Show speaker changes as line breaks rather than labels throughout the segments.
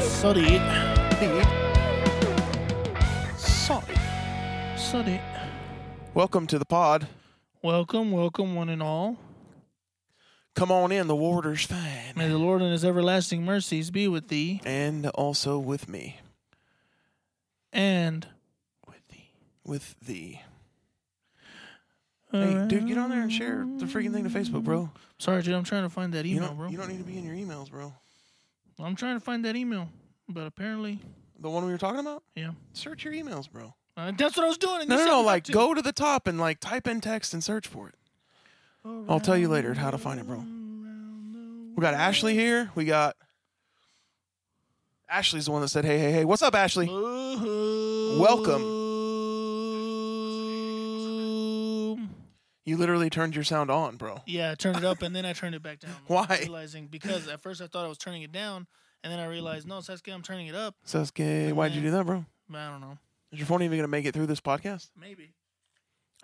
Sorry. Sorry. Sorry.
Welcome to the pod.
Welcome, welcome, one and all.
Come on in, the water's fine.
May the Lord and his everlasting mercies be with thee
And also with me.
and
With thee. With thee. Hey, dude, get on there and share the freaking thing to Facebook, bro.
uh, Sorry, dude. I'm trying to find that
You
email,
don't,
bro.
you don't need to be in your emails, bro.
I'm trying to find that email, but apparently,
The one we were talking about?
yeah.
Search your emails, bro.
Uh, that's what I was doing. and
No,
you
no,
set
no.
me up
Like,
to-
go to the top and, like, type in text and search for it. I'll tell you later how to find it, bro. We got Ashley here. We got. Ashley's the one that said, hey, hey, hey. What's up, Ashley?
Welcome.
You literally turned your sound on, bro.
Yeah, I turned it up and then I turned it back down.
Why?
Realizing because at first I thought I was turning it down, and then I realized no, Sasuke, I'm turning it up.
Sasuke, why'd
Mm-hmm.
you do that, bro?
But I don't know.
Is your phone even going to make it through this podcast?
Maybe.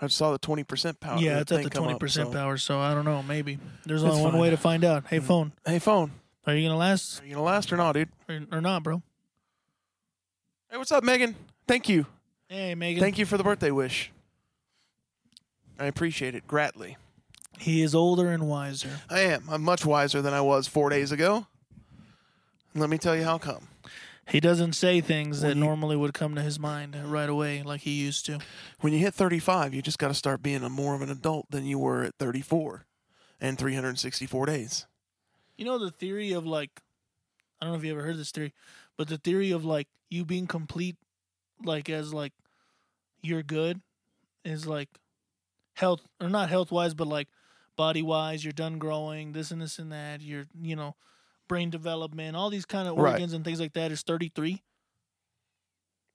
I saw the twenty percent power.
yeah, it's at
thing
the
come
twenty
up,
percent
so-
power, so I don't know. Maybe there's
It's
only one
fine. Mm.
way to find out. Hey, phone,
Hey, phone,
are you gonna last
are you gonna last or not, dude?
or, or not, bro?
Hey, what's up, Megan? Thank you,
Hey, Megan.
thank you for the birthday wish. I appreciate it gratly.
He is older and wiser.
I am. I'm much wiser than I was four days ago. Let me tell you how come.
He doesn't say things that
When you-
normally would come to his mind right away, like he used to.
When you hit 35, you just got to start being a more of an adult than you were at 34 and 364 days.
You know the theory of like, I don't know if you ever heard this theory, but the theory of like you being complete, like as like you're good, is like health or not health wise, but like body wise, you're done growing, this and this and that. You're you know, brain development, all these kind of
Right.
organs and things like that is 33.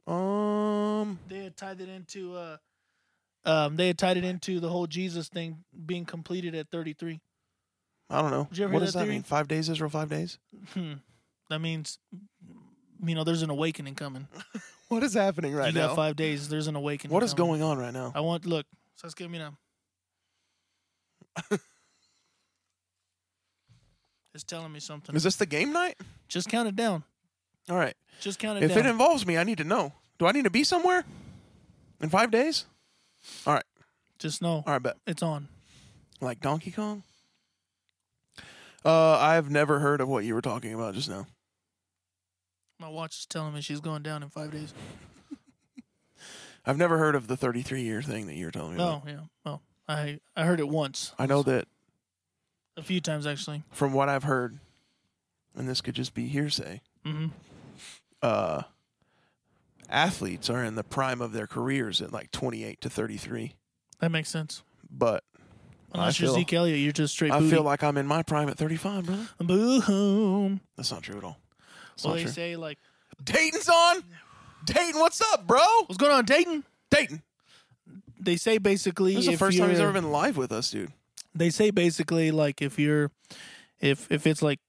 Um,
They had tied it into uh, um, they had tied it into the whole Jesus thing being completed at 33.
I don't know.
Did you ever
What
hear
does
that
that
theory?
mean? Five days, Israel, five days?
Hmm. That means, you know, there's an awakening coming.
What is happening right
you
now?
got five days. There's an awakening.
what is
coming.
going on right now?
I want look. Sasuke, me now. it's telling me something.
Is this the game night?
Just count it down.
All right.
Just count it
If
down.
it involves me, I need to know. Do I need to be somewhere in five days?
Just know
All right, bet.
it's on.
Like Donkey Kong? Uh, I've never heard of what you were talking about just now.
My watch is telling me she's going down in five days.
I've never heard of the 33 year thing that you were telling me about.
No, Oh, yeah. Well, I I heard it once,
I know that
a few times actually.
from what I've heard, and this could just be hearsay,
hmm
uh, athletes are in the prime of their careers at like 28 to 33.
That makes sense.
But
Unless
I feel,
you're Zeke Elliott, you're just straight.
I
booty.
feel like I'm in my prime at 35, brother.
boom.
That's not true at all. That's
Well,
not
they
true.
say like,
Dayton's on. Dayton, what's up, bro?
what's going on, Dayton?
Dayton.
They say basically,
This is the
if
1st time he's
you're-
ever been live with us, dude.
they say basically like if you're if if it's like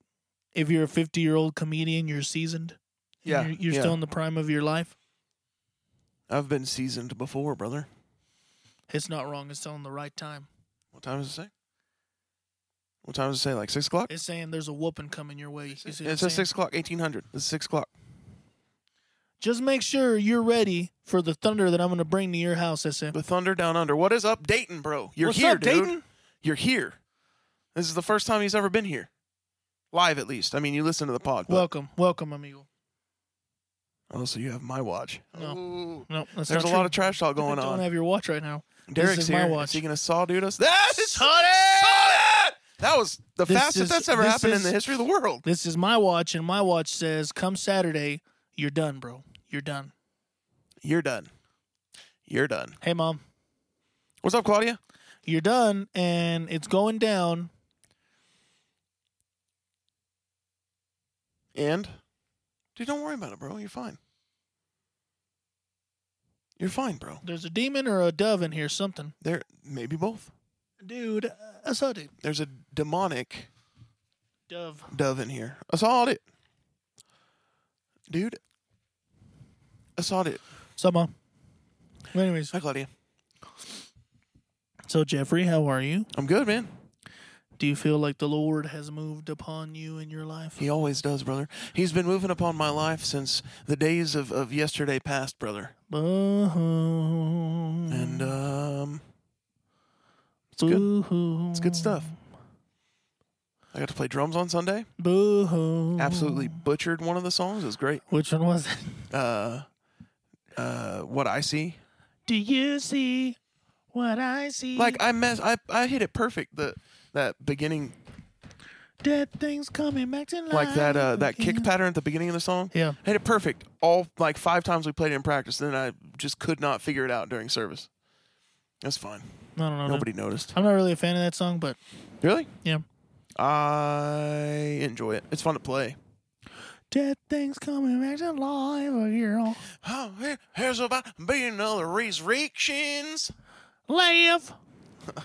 if you're a 50 year old comedian you're seasoned and
Yeah,
you're, you're
yeah.
still in the prime of your life
I've been seasoned before, brother.
it's not wrong it's telling the right time
What time does it say? What time does it say? Like six o'clock?
it's saying there's a whooping coming your way You see what I'm
it says
saying?
six o'clock, eighteen hundred. It's six o'clock.
just make sure you're ready for the thunder that i'm going to bring to your house i said
The thunder down under. What is up, Dayton, bro? You're
What's
here,
up,
dude.
Dayton?
You're here. This is the first time he's ever been here, live at least. I mean, you listen to the pod. But
welcome welcome amigo
oh, so you have my watch.
No.
Ooh.
no that's
There's a
not
lot
true.
of trash talk
You
going
don't
on.
have your watch right now
Derek's
is my
here.
watch.
Is he gonna sawdude us? That is
Sawdude!
Sawdude! That was the
This
fastest
is-
that's ever
this
happened in
is-
the history of the world.
this is my watch and my watch says come saturday you're done bro you're done
You're done. You're done.
hey mom
What's up, Claudia?
you're done and it's going down
And? Dude, don't worry about it, bro. You're fine. You're fine, bro.
There's a demon or a dove in here, something.
There, maybe both.
Dude, uh, I saw dude.
There's a demonic
Dove.
dove in here. I saw it. Dude. I saw it.
So, mom. Anyways,
Hi, Claudia.
so Jeffrey, how are you?
I'm good, man.
Do you feel like the Lord has moved upon you in your life?
He always does, brother. He's been moving upon my life since the days of, of yesterday past, brother.
Boom.
And um,
uh, it's good.
it's good stuff. I got to play drums on Sunday.
Boom.
Absolutely butchered one of the songs. It was great.
Which one was it?
Uh, uh, what I see.
Do you see what I see?
Like I mess. I I hit it perfect. The that beginning,
dead things coming back to life.
like that uh, that kick
again.
pattern at the beginning of the song.
Yeah.
Hit it perfect. All like five times we played it in practice. Then I just could not figure it out during service. That's fine.
I don't know. dude.
Nobody noticed.
I'm not really a fan of that song, but
Really?
yeah.
I enjoy it. It's fun to play.
Dead things coming back to life. Oh, girl.
Oh, here- here's about being another resurrections.
Live.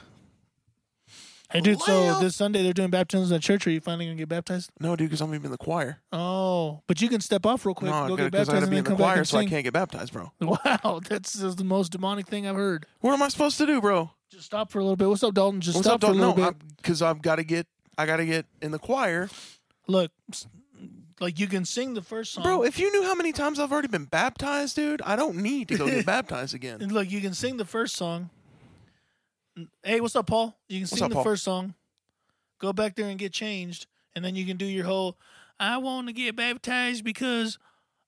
Hey, dude, so
Live.
this Sunday they're doing baptisms at church. Are you finally going to get baptized?
No, dude, because I'm gonna be in the choir.
Oh, but you can step off real quick,
no,
go get
because I
baptized,
gotta
and
be
then
in the
come back
choir,
and
so I
sing.
can't get baptized, bro.
Wow, that's just the most demonic thing I've heard.
What am I supposed to do, bro?
Just stop for a little bit. What's up, Dalton? Just
What's
stop
up,
for a
Dalton?
little
No,
bit.
because I've got to get, I got to get in the choir,
Look, s- like you can sing the first song,
bro. If you knew how many times I've already been baptized, dude, I don't need to go get baptized again.
And look, you can sing the first song. Hey, what's up, Paul? You can sing
up,
the
Paul?
first song. Go back there and get changed, and then you can do your whole. I want to get baptized because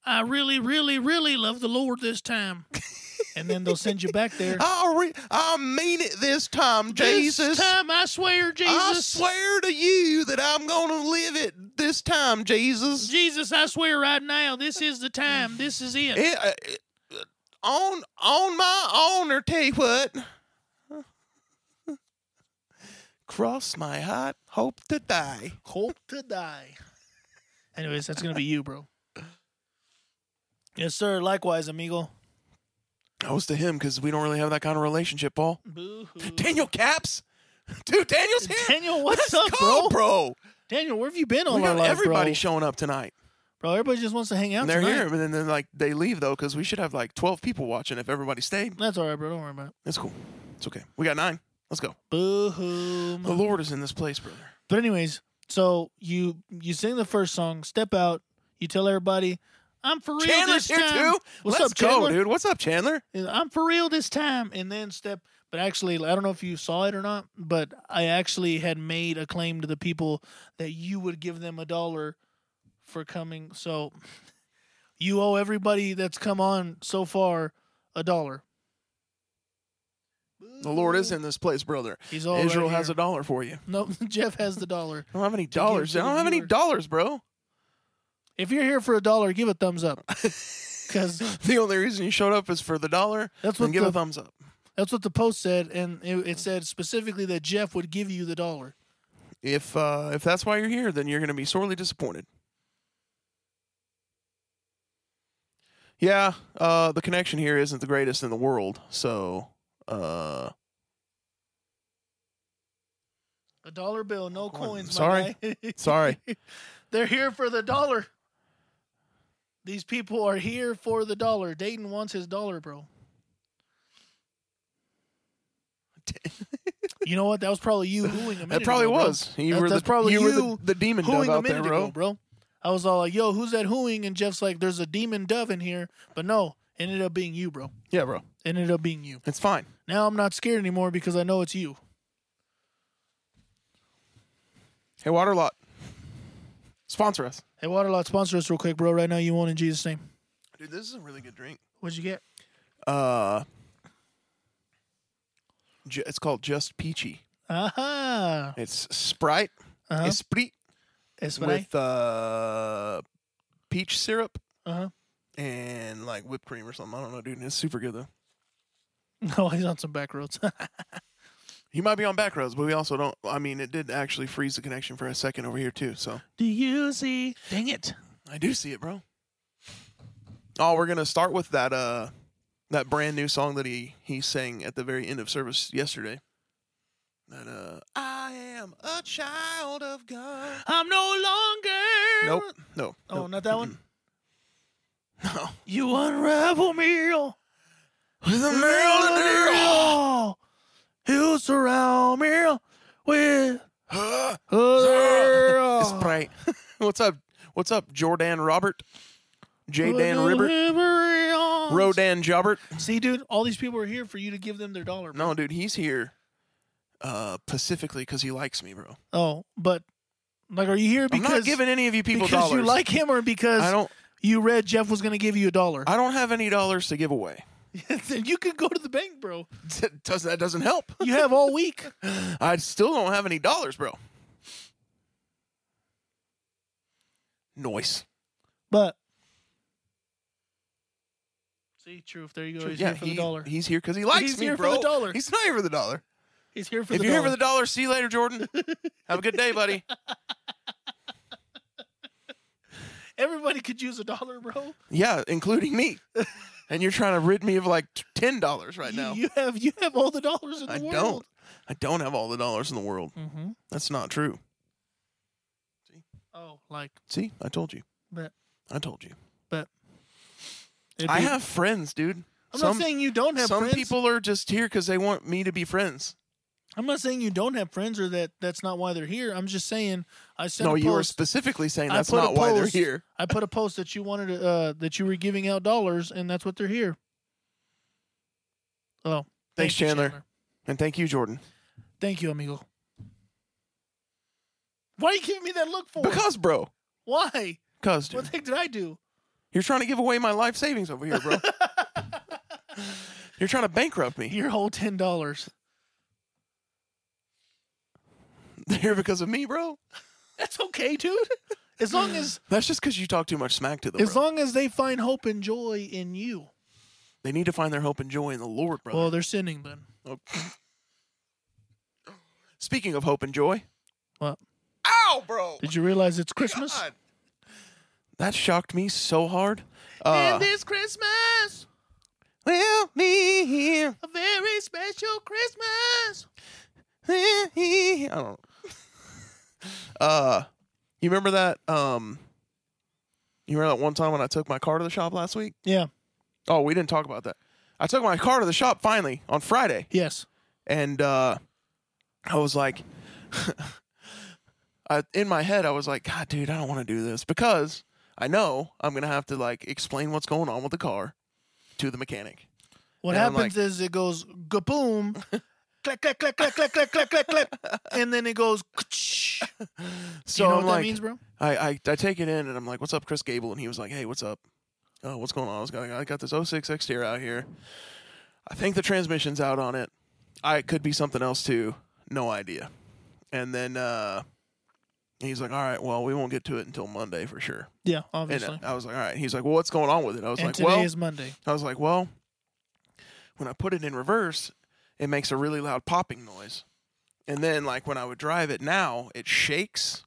I really, really, really love the Lord this time, and then they'll send you back there.
I re- I mean it this time, Jesus.
This time, I swear,
I
Jesus.
swear to you that I'm gonna live it this time, Jesus.
Jesus, I swear right now, this is the time. This is it.
It, uh, it- uh, on on my honor, tell you what. Cross my heart, hope to die.
Hope to die. Anyways, that's gonna be you, bro. Yes, sir. Likewise, amigo.
That was to him because we don't really have that kind of relationship, Paul.
Boo hoo.
Daniel Caps, dude, Daniel's here.
Daniel, what's up,
Go,
bro?
bro.
Daniel, where have you been all
we
our
got
life,
everybody
bro?
showing up tonight.
bro, everybody just wants to hang out.
And they're
tonight.
here, but then they're like they leave though because we should have like twelve people watching if everybody stayed.
That's all right, bro. Don't worry about it.
That's cool. It's okay. We got nine. Let's go.
Boo hoo.
The Lord is in this place, brother.
But anyways, so you you sing the first song, step out, you tell everybody, "I'm for real
Chandler's
this
here
time."
too.
What's
Let's
up,
go,
Chandler?
dude. What's up, Chandler?
I'm for real this time, and then step. But actually, I don't know if you saw it or not, but I actually had made a claim to the people that you would give them a dollar for coming. So you owe everybody that's come on so far a dollar.
The Lord is in this place, brother.
He's all
Israel
right
has
here.
a dollar for you.
No, Jeff has the dollar.
I don't have any
give
dollars.
to
I
the
don't have any
viewer.
dollars, bro.
If you're here for a dollar, give a thumbs up. Because
The only reason you showed up is for the dollar.
That's
and
what
give
the-
a thumbs up.
that's what the post said, and it, it said specifically that Jeff would give you the dollar.
If uh, if that's why you're here, then you're going to be sorely disappointed. Yeah, uh, the connection here isn't the greatest in the world, so uh,
A dollar bill, no
Go on.
coins.
Sorry.
My guy.
sorry.
They're here for the dollar. These people are here for the dollar. Dayton wants his dollar, bro. you know what? That was probably you hooing a minute
That probably
ago, bro.
was. You
That-
were
that's
the,
probably
you were
you
the, the demon dove
Hooing a
out there,
minute
bro.
ago, bro. I was all like, yo, who's that hooing? And Jeff's like, there's a demon dove in here. But no, it ended up being you, bro.
Yeah, bro.
It ended up being you.
It's fine.
Now I'm not scared anymore because I know it's you.
Hey, Waterlot, sponsor us.
Hey, Waterlot, sponsor us real quick, bro. Right now, you want in Jesus' name.
Dude, this is a really good drink.
What'd you get?
Uh, ju- it's called Just Peachy.
Aha.
It's Sprite,
Uh-huh.
Esprit
It's what I-
with uh, peach syrup
Uh-huh.
and like whipped cream or something. I don't know, dude. It's super good though.
No, Oh, he's on some back roads.
You might be on back roads, but we also don't. I mean, it did actually freeze the connection for a second over here too. So
Do you see? Dang it.
I do see it, bro. Oh, we're gonna start with that uh, that brand new song that he he sang at the very end of service yesterday. That uh, I am a child of God.
I'm no longer.
Nope, no.
Oh,
nope.
not that one?
No.
You unravel me. oh,
With a oh.
You surround me with
It's
Oh.
bright. What's up? What's up, Jordan Robert? J Dan Ribbert? Rodan Jobbert?
See, dude, all these people are here for you to give them their dollar. bro.
No, dude, he's here uh pacifically because he likes me, bro.
Oh, but like, are you here because
I'm not giving any of you people
because
dollars.
you like him or
I
because
don't
you read Jeff was going to give you a dollar?
I don't have any dollars to give away.
then you could go to the bank, bro.
That does that doesn't help.
You have all week.
I still don't have any dollars, bro. Noise.
But see, truth. There you go. He's
yeah,
here for
he,
the dollar.
he's here because he likes
He's
me,
here for
bro.
the dollar.
He's not here for the dollar.
He's here for
if
the
you're
dollar.
here for the dollar, see you later, Jordan. have a good day, buddy.
Everybody could use a dollar, bro.
Yeah, including me. and you're trying to rid me of like ten dollars right
You-
now.
you, have you have all the dollars in the
I
world.
don't. I don't have all the dollars in the world.
Mm-hmm.
That's not true.
Oh, like
See, I told you.
Bet.
I told you.
it'd
I
be-
have friends, dude.
I'm
some
not saying you don't have
some
friends.
people are just here because they want me to be friends.
I'm not saying you don't have friends or that that's not why they're here. I'm just saying I sent
no,
a
you were
post.
specifically saying
I
that's
put a
not why they're
post.
here.
I put a post that you wanted to, uh, that you were giving out dollars, and that's what they're here. Oh,
Thanks,
thank you,
Chandler. And thank you, Jordan.
Thank you, amigo. Why are you giving me that look for?
Because, bro.
Why?
Because,
What the heck did I do?
You're trying to give away my life savings over here, bro. You're trying to bankrupt me.
Your whole ten dollars.
They're here because of me, bro.
That's okay, dude. As long as
That's just because you talk too much smack to them.
as
bro.
long as they find hope and joy in you.
they need to find their hope and joy in the Lord, bro.
Well, they're sinning then.
Speaking of hope and joy.
What?
Ow, bro.
Did you realize it's Christmas?
God. That shocked me so hard. Uh,
and this Christmas,
will be here.
a very special Christmas.
I don't know. Uh, you remember that? Um, you remember that one time when I took my car to the shop last week?
Yeah.
Oh, we didn't talk about that. I took my car to the shop finally on Friday,
Yes.
and uh, I was like, I, in my head, I was like, God, dude, I don't want to do this because I know I'm gonna have to like explain what's going on with the car to the mechanic.
What
And I'm
happens is it goes gaboom, clack clack clack clack clack clack clack clack clack, and then it goes.
So
So you know
I'm
what
like,
that means, bro?
I, I I take it in and I'm like, "What's up, Chris Gable?" And he was like, "Hey, what's up? Oh, what's going on? I was going, I got this 06 exterior out here. I think the transmission's out on it. I it could be something else too. No idea." And then uh, he's like, "All right, well, we won't get to it until Monday for sure."
Yeah,
And
obviously.
I was like, "All right." He's like, "Well, what's going on with it?" I was
And
like,
today
"Well,
is Monday.
I was like, well, when I put it in reverse, it makes a really loud popping noise. And then, like, when I would drive it now, it shakes.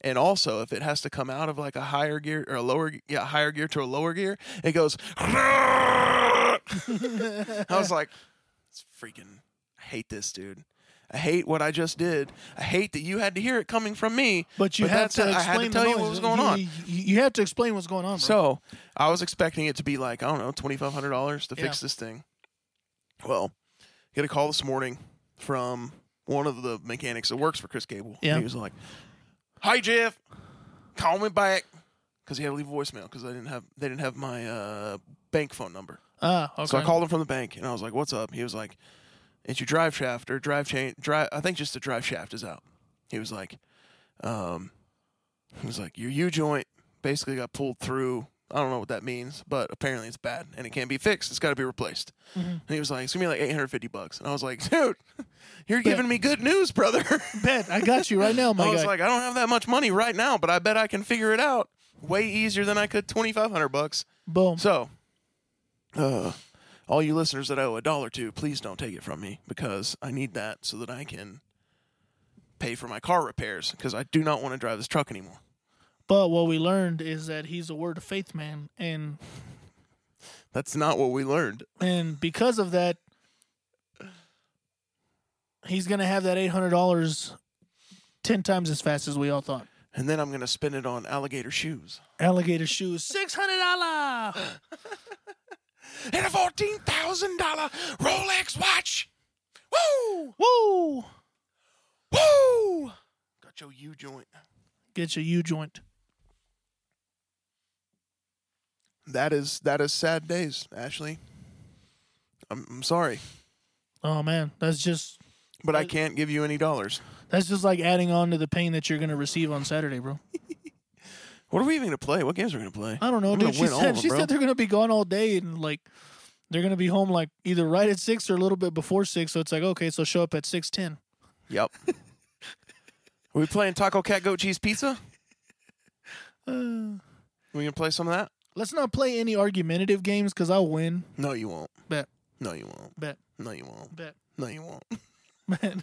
And also, if it has to come out of like a higher gear or a lower, ge- yeah, higher gear to a lower gear, it goes. I was like, it's freaking, I hate this, dude. I hate what I just did. I hate that you had to hear it coming from me.
But you
But
had
that's
to
it. I
explain
had to
the
tell you
noise.
what was going on.
You, you- you had to explain what's going on. Bro.
So I was expecting it to be like, I don't know, twenty five hundred dollars to fix this thing. Well, get a call this morning from one of the mechanics that works for Chris Gable.
Yeah.
He was like, Hi Jeff, call me back. Because he had to leave a voicemail because I didn't have they didn't have my uh, bank phone number.
ah, okay.
So I called him from the bank and I was like, "What's up?" He was like, "It's your drive shaft or drive chain. Drive. I think just the drive shaft is out." He was like, um, "He was like your U joint basically got pulled through. I don't know what that means, but apparently it's bad and it can't be fixed. It's got to be replaced." And
Mm-hmm.
he was like, "It's gonna be like 850 bucks." And I was like, "Dude, you're giving me good news, brother."
bet I got you right now, Oh my
I was
guy.
like, "I don't have that much money right now, but I bet I can figure it out way easier than I could 2500 bucks."
Boom.
So, uh, all you listeners that I owe a dollar to, please don't take it from me because I need that so that I can pay for my car repairs because I do not want to drive this truck anymore.
But what we learned is that he's a word of faith man, and
That's not what we learned.
and because of that, he's gonna have that eight hundred dollars ten times as fast as we all thought.
And then I'm going to spend it on alligator shoes.
Alligator shoes, six hundred dollar.
And a $14,000 Rolex watch. Woo!
Woo!
Woo! Got your U joint.
Get your U joint.
That is that is sad days, Ashley. I'm, I'm sorry,
Oh man, that's just
but I
I-
can't give you any dollars.
that's just like adding on to the pain that you're gonna receive on Saturday, bro.
What are we even gonna play? What games are we gonna play?
I don't know,
I'm gonna
dude. She
win all
said
of 'em,
she
bro.
said they're gonna be gone all day and like they're gonna be home like either right at six or a little bit before six. So it's like okay, so show up at six ten.
Yep. are we playing Taco Cat Goat Cheese Pizza?
Uh,
We gonna play some of that?
let's not play any argumentative games because I'll win.
No, you won't.
Bet.
No, you won't.
Bet.
No, you won't.
Bet.
No, you won't.
Man.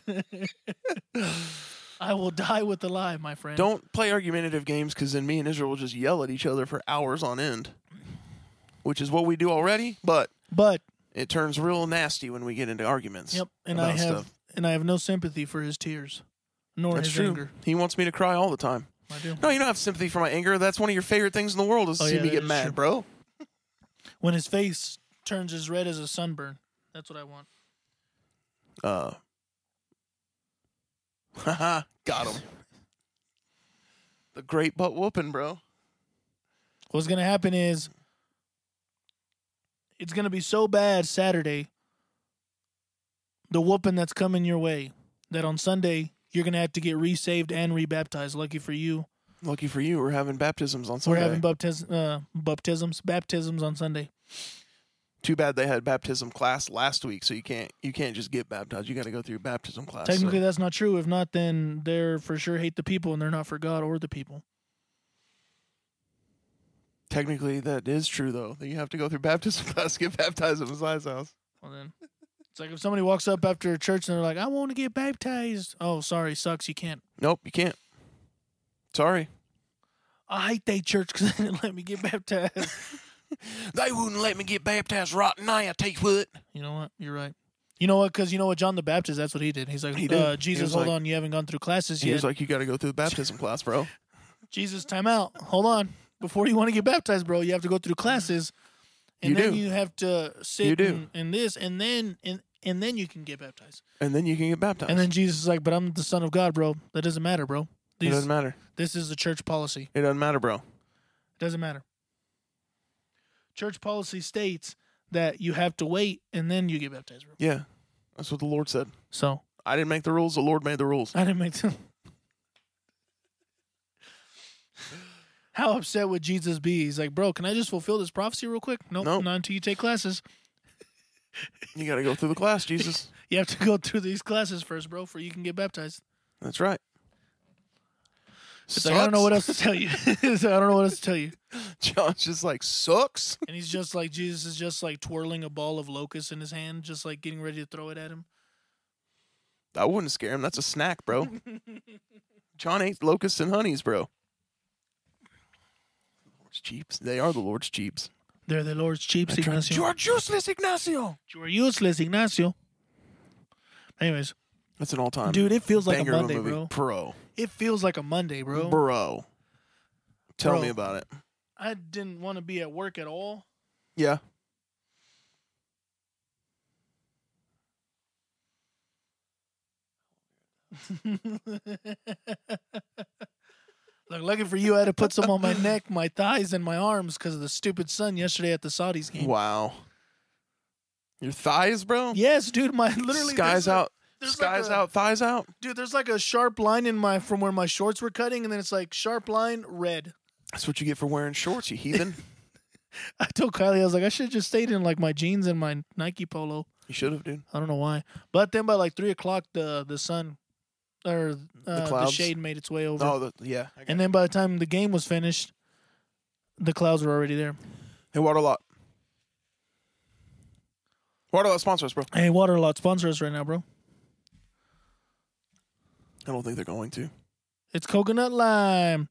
I will die with a lie, my friend.
Don't play argumentative games because then me and Israel will just yell at each other for hours on end, which is what we do already. But
But
it turns real nasty when we get into arguments.
yep, and I
About
have
stuff.
and I have no sympathy for his tears, nor
That's
his
true.
anger.
He wants me to cry all the time.
I do.
No, you don't have sympathy for my anger. That's one of your favorite things in the world is to
Oh,
see
yeah,
me
that
get
is
mad,
true.
bro.
When his face turns as red as a sunburn, that's what I want.
Uh, haha, got him. The great butt whooping, bro.
What's gonna happen is it's gonna be so bad Saturday. The whooping that's coming your way, that on Sunday you're gonna have to get resaved and rebaptized. Lucky for you,
Lucky for you, we're having baptisms on
we're
Sunday.
having baptism, uh, baptisms, baptisms on Sunday.
Too bad they had baptism class last week, so you can't you can't just get baptized. You got to go through your baptism class. so-
Technically, that's not true. If not, then they're for sure hate the people, and they're not for God or the people.
Technically, that is true though. That you have to go through baptism class to get baptized at Messiah's house.
Well, then it's like if somebody walks up after church and they're like, "I want to get baptized." Oh, sorry, sucks. You can't.
Nope, you can't. Sorry,
I hate that church because they didn't let me get baptized.
they wouldn't let me get baptized right now. I tell you what.
You know what? You're right. You know what? Because you know what? John the Baptist. That's what he did. He's like,
He did.
Uh,
He
Jesus,
was
hold
like-
on. You haven't gone through classes
He
yet.
was like, "You got to go through the baptism class, bro."
Jesus, time out. Hold on. Before you want to get baptized, bro, you have to go through classes, and
You
then
do.
you have to sit
You do.
And, and this, and then and and then you can get baptized.
And then you can get baptized.
And then Jesus is like, "But I'm the Son of God, bro. That doesn't matter, bro.
it
These,
doesn't matter.
this is the church policy."
It doesn't matter, bro.
Doesn't matter. Church policy states that you have to wait and then you get baptized. Bro.
Yeah, that's what the Lord said.
So
I didn't make the rules. The Lord made the rules.
I didn't make them. How upset would Jesus be? He's like, bro, can I just fulfill this prophecy real quick? Nope,
Nope.
not until you take classes.
You got to go through the class, Jesus.
You have to go through these classes first, bro, for you can get baptized.
That's right.
It's like, I don't know what else to tell you. It's like, I don't know what else to tell you.
John's just like sucks.
And he's just like, Jesus is just like twirling a ball of locusts in his hand, just like getting ready to throw it at him.
I wouldn't scare him. That's a snack, bro. John ate locusts and honeys, bro. Lord's cheeps. They are the Lord's cheeps.
They're the Lord's cheap
I tried-
Ignacio.
You are useless, Ignacio.
You are useless, Ignacio. Anyways,
That's an all-time
dude, it feels like a
banger
Monday,
of a movie,
bro.
Bro,
It feels like a Monday, bro.
bro. Tell
Bro.
me about it.
I didn't want to be at work at all.
Yeah.
Like, lucky for you, I had to put some on my neck, my thighs, and my arms because of the stupid sun yesterday at the Saudis game.
Wow. Your thighs, bro.
Yes, dude, my literally
Skies
there's a-
out.
there's
Skies
like a-
out. Thighs out.
dude. There's like a sharp line in my from where my shorts were cutting, and then it's like sharp line red.
That's what you get for wearing shorts, you heathen.
I told Kylie, I was like, I should have just stayed in like my jeans and my Nike polo.
you should have, dude.
I don't know why. But then by like three o'clock, the the sun or uh, the,
clouds.
shade made its way over,
Oh, the, yeah. I got
and then by the time the game was finished, the clouds were already there.
Hey, Waterlot. Waterlot sponsors, bro.
Hey, Waterlot sponsor us right now, bro.
I don't think they're going to.
It's coconut lime.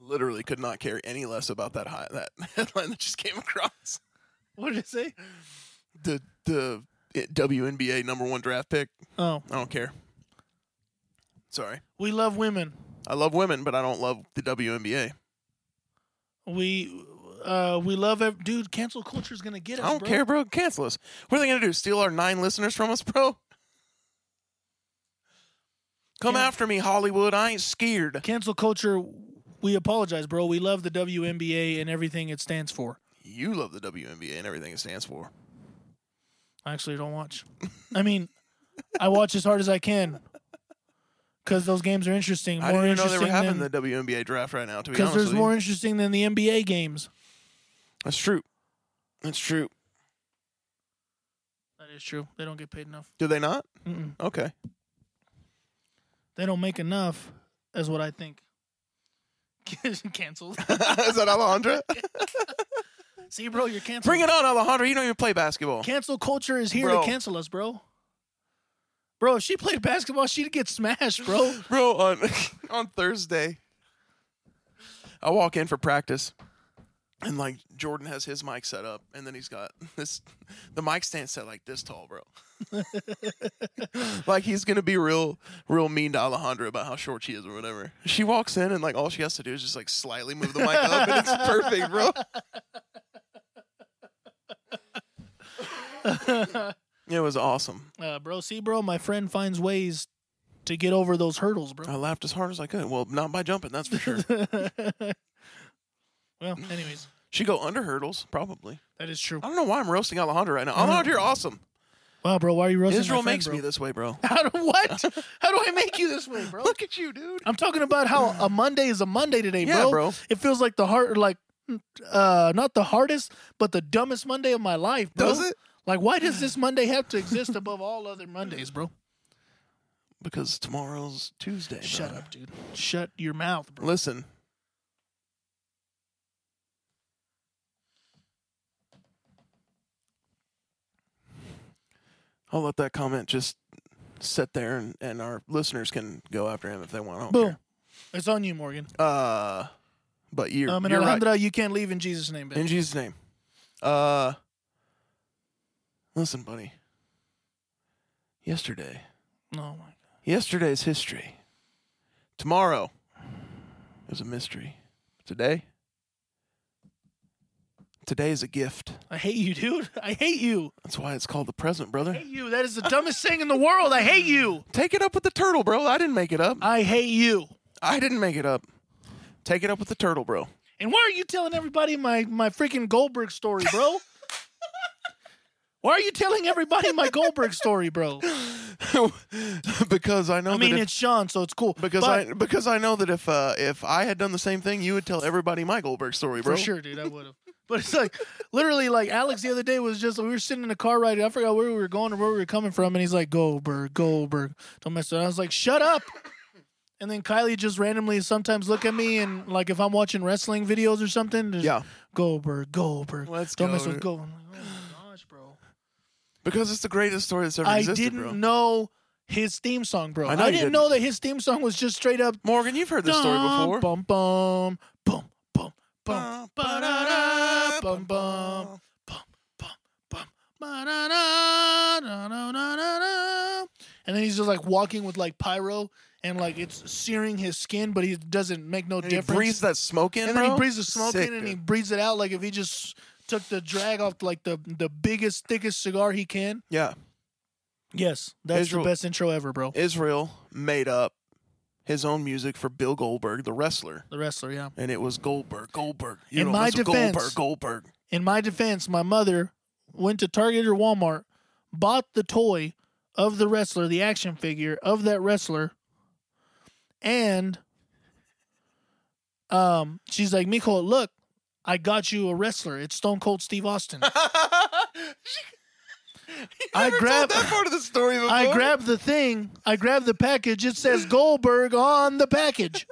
Literally could not care any less about that high, that headline that just came across.
What did it say?
The the it- WNBA number one draft pick.
Oh,
I don't care. Sorry,
we love women.
I love women, but I don't love the WNBA.
We Uh, we love ev- dude. Cancel culture is gonna get us.
I don't
bro.
care, bro. Cancel us. What are they gonna do? Steal our nine listeners from us, bro? Come
Yeah.
after me, Hollywood. I ain't scared.
Cancel culture. We apologize, bro. We love the WNBA and everything it stands for.
You love the WNBA and everything it stands for.
I actually don't watch. I mean, I watch as hard as I can because those games are interesting. More
I didn't even know they
interesting
were having
than
the WNBA draft right now. To be
because
honest
there's
with you,
more interesting than the NBA games.
that's true. That's true.
That is true. They don't get paid enough.
Do they not?
Mm-mm.
Okay.
They don't make enough, is what I think. canceled.
Is that Alejandra?
See, bro, you're canceled.
Bring it on, Alejandra. You don't even play basketball.
Cancel culture is here
Bro.
to cancel us, bro. Bro, if she played basketball, she'd get smashed, bro.
Bro, on on Thursday, I walk in for practice, and like Jordan has his mic set up, and then he's got this the mic stand set like this tall, bro. like he's gonna be real, real mean to Alejandra about how short she is or whatever. She walks in and like all she has to do is just like slightly move the mic up, and it's perfect, bro. It was awesome.
Uh, bro, see, bro, my friend finds ways to get over those hurdles, bro.
I laughed as hard as I could. Well, not by jumping, that's for Oh, sure.
well, anyways,
She go under hurdles, probably.
that is true.
I don't know why I'm roasting Alejandra right now.
I don't
Alejandra, awesome.
Wow, bro, why are you roasting
Israel
my friend,
makes
bro?
me this way, bro.
How do what? How do I make you this way, bro?
Look at you, dude.
I'm talking about how a Monday is a Monday today,
Yeah,
bro.
bro.
It feels like the hard, like, uh, not the hardest, but the dumbest Monday of my life, bro.
Does it?
Like, why does this Monday have to exist above all other Mondays, bro?
Because tomorrow's Tuesday.
Shut
brother.
up, dude. Shut your mouth, bro.
Listen. I'll let that comment just sit there, and, and our listeners can go after him if they want. I don't
Boom. It's on you, Morgan.
care. Uh, but you're,
Um, and
you're right.
Alejandra, you can't leave in Jesus' name, bitch.
In Jesus' name. Uh listen, buddy. Yesterday.
No, Oh, my
Yesterday's history. Tomorrow is a mystery. Today. Today is a gift.
I hate you, dude. I hate you.
That's why it's called the present,
I
brother.
hate you. That is the dumbest thing in the world. I hate you.
Take it up with the turtle, bro. I didn't make it up.
I hate you.
I didn't make it up. Take it up with the turtle, bro.
And why are you telling everybody my my freaking Goldberg story, bro? why are you telling everybody my Goldberg story, bro?
because I know
I mean,
that if,
it's Sean, so it's cool.
because
But-
I because I know that if uh, if I had done the same thing, you would tell everybody my Goldberg story, bro.
For sure, dude, I would have. But it's like literally like Alex the other day was just we were sitting in a car ride. I forgot where we were going or where we were coming from, and he's like Goldberg, Goldberg, don't mess it. up. I was like, shut up. And then Kylie just randomly sometimes look at me and like if I'm watching wrestling videos or something, just,
Yeah.
Goldberg, Goldberg,
Let's
don't
go,
mess with
dude.
Goldberg. I'm like, oh my gosh, bro.
Because it's the greatest story that's ever
I
existed,
didn't
bro.
know his theme song, bro.
I
I,
know you didn't.
didn't know that his theme song was just straight up
Morgan, you've heard this story
Dum,
before.
Bum bum bum bum bum
Bum, ba-da-da,
ba-da-da, bum bum
bum.
bum bum ba-da-da, da-da-da-da-da. And then he's just like walking with like pyro and like it's searing his skin, but he doesn't make no
And he
difference.
breathes that smoke in,
and
bro.
then he breathes the smoke
Sick,
in and he
dude.
breathes it out like if he just took the drag off like the the biggest, thickest cigar he can.
Yeah.
Yes. That's
Israel-
the best intro ever, bro.
Israel made up his own music for Bill Goldberg, the wrestler.
the wrestler, yeah.
And it was Goldberg, Goldberg. You
In
don't
my
mess with Goldberg,
defense-
Goldberg.
In my defense, my mother went to Target or Walmart, bought the toy of the wrestler, the action figure of that wrestler, and um, she's like, "Mijo, look, I got you a wrestler. It's Stone Cold Steve Austin." I
Never told
grabbed,
that part of the story before.
I grabbed the thing. I grabbed the package. It says Goldberg on the package.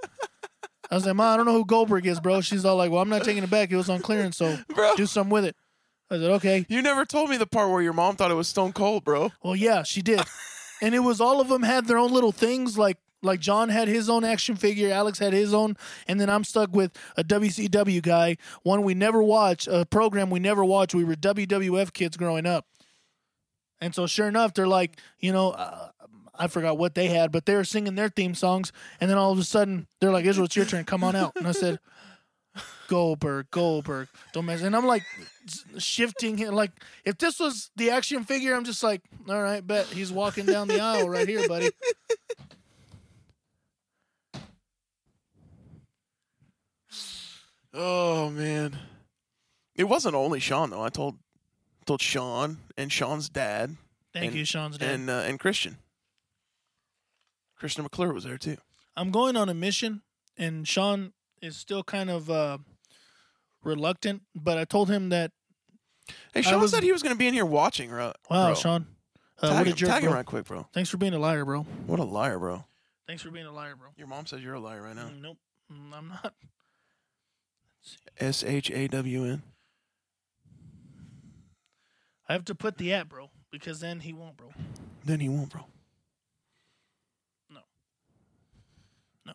I was like, "Ma, I don't know who Goldberg is, bro." She's all like, "Well, I'm not taking it back. It was on clearance, so
Bro.
do something with it." I said, "Okay."
You never told me the part where your mom thought it was Stone Cold, bro.
Well, yeah, she did. and it was all of them had their own little things. Like like John had his own action figure, Alex had his own, and then I'm stuck with a WCW guy, one we never watched, a program we never watched. We were WWF kids growing up. And so, sure enough, they're like, you know, uh, I forgot what they had, but they were singing their theme songs. And then all of a sudden, they're like, Israel, it's your turn. Come on out. And I said, Goldberg, Goldberg, don't mess. And I'm like s- shifting him. Like if this was the action figure, I'm just like, all right, bet he's walking down the aisle right here, buddy.
Oh man, it wasn't only Sean though. I told told Sean and Sean's dad
Thank
And-
you, Sean's dad.
and uh, and Christian. Christian McClure was there too.
I'm going on a mission, and Sean is still kind of uh, reluctant. But I told him that,
Hey,
I
Sean
was-
said he was going to be in here watching. Ro-
wow,
bro.
Sean, uh,
tag,
what
him-
a jerk,
tag him
bro.
right quick, bro.
Thanks for being a liar, bro.
What a liar, bro.
Thanks for being a liar, bro.
Your mom says you're a liar right now.
Mm, Nope, Mm, I'm not. Mm-hmm.
S H A W N.
I have to put the app, bro, because then he won't, bro.
Then he won't, bro.
No. No.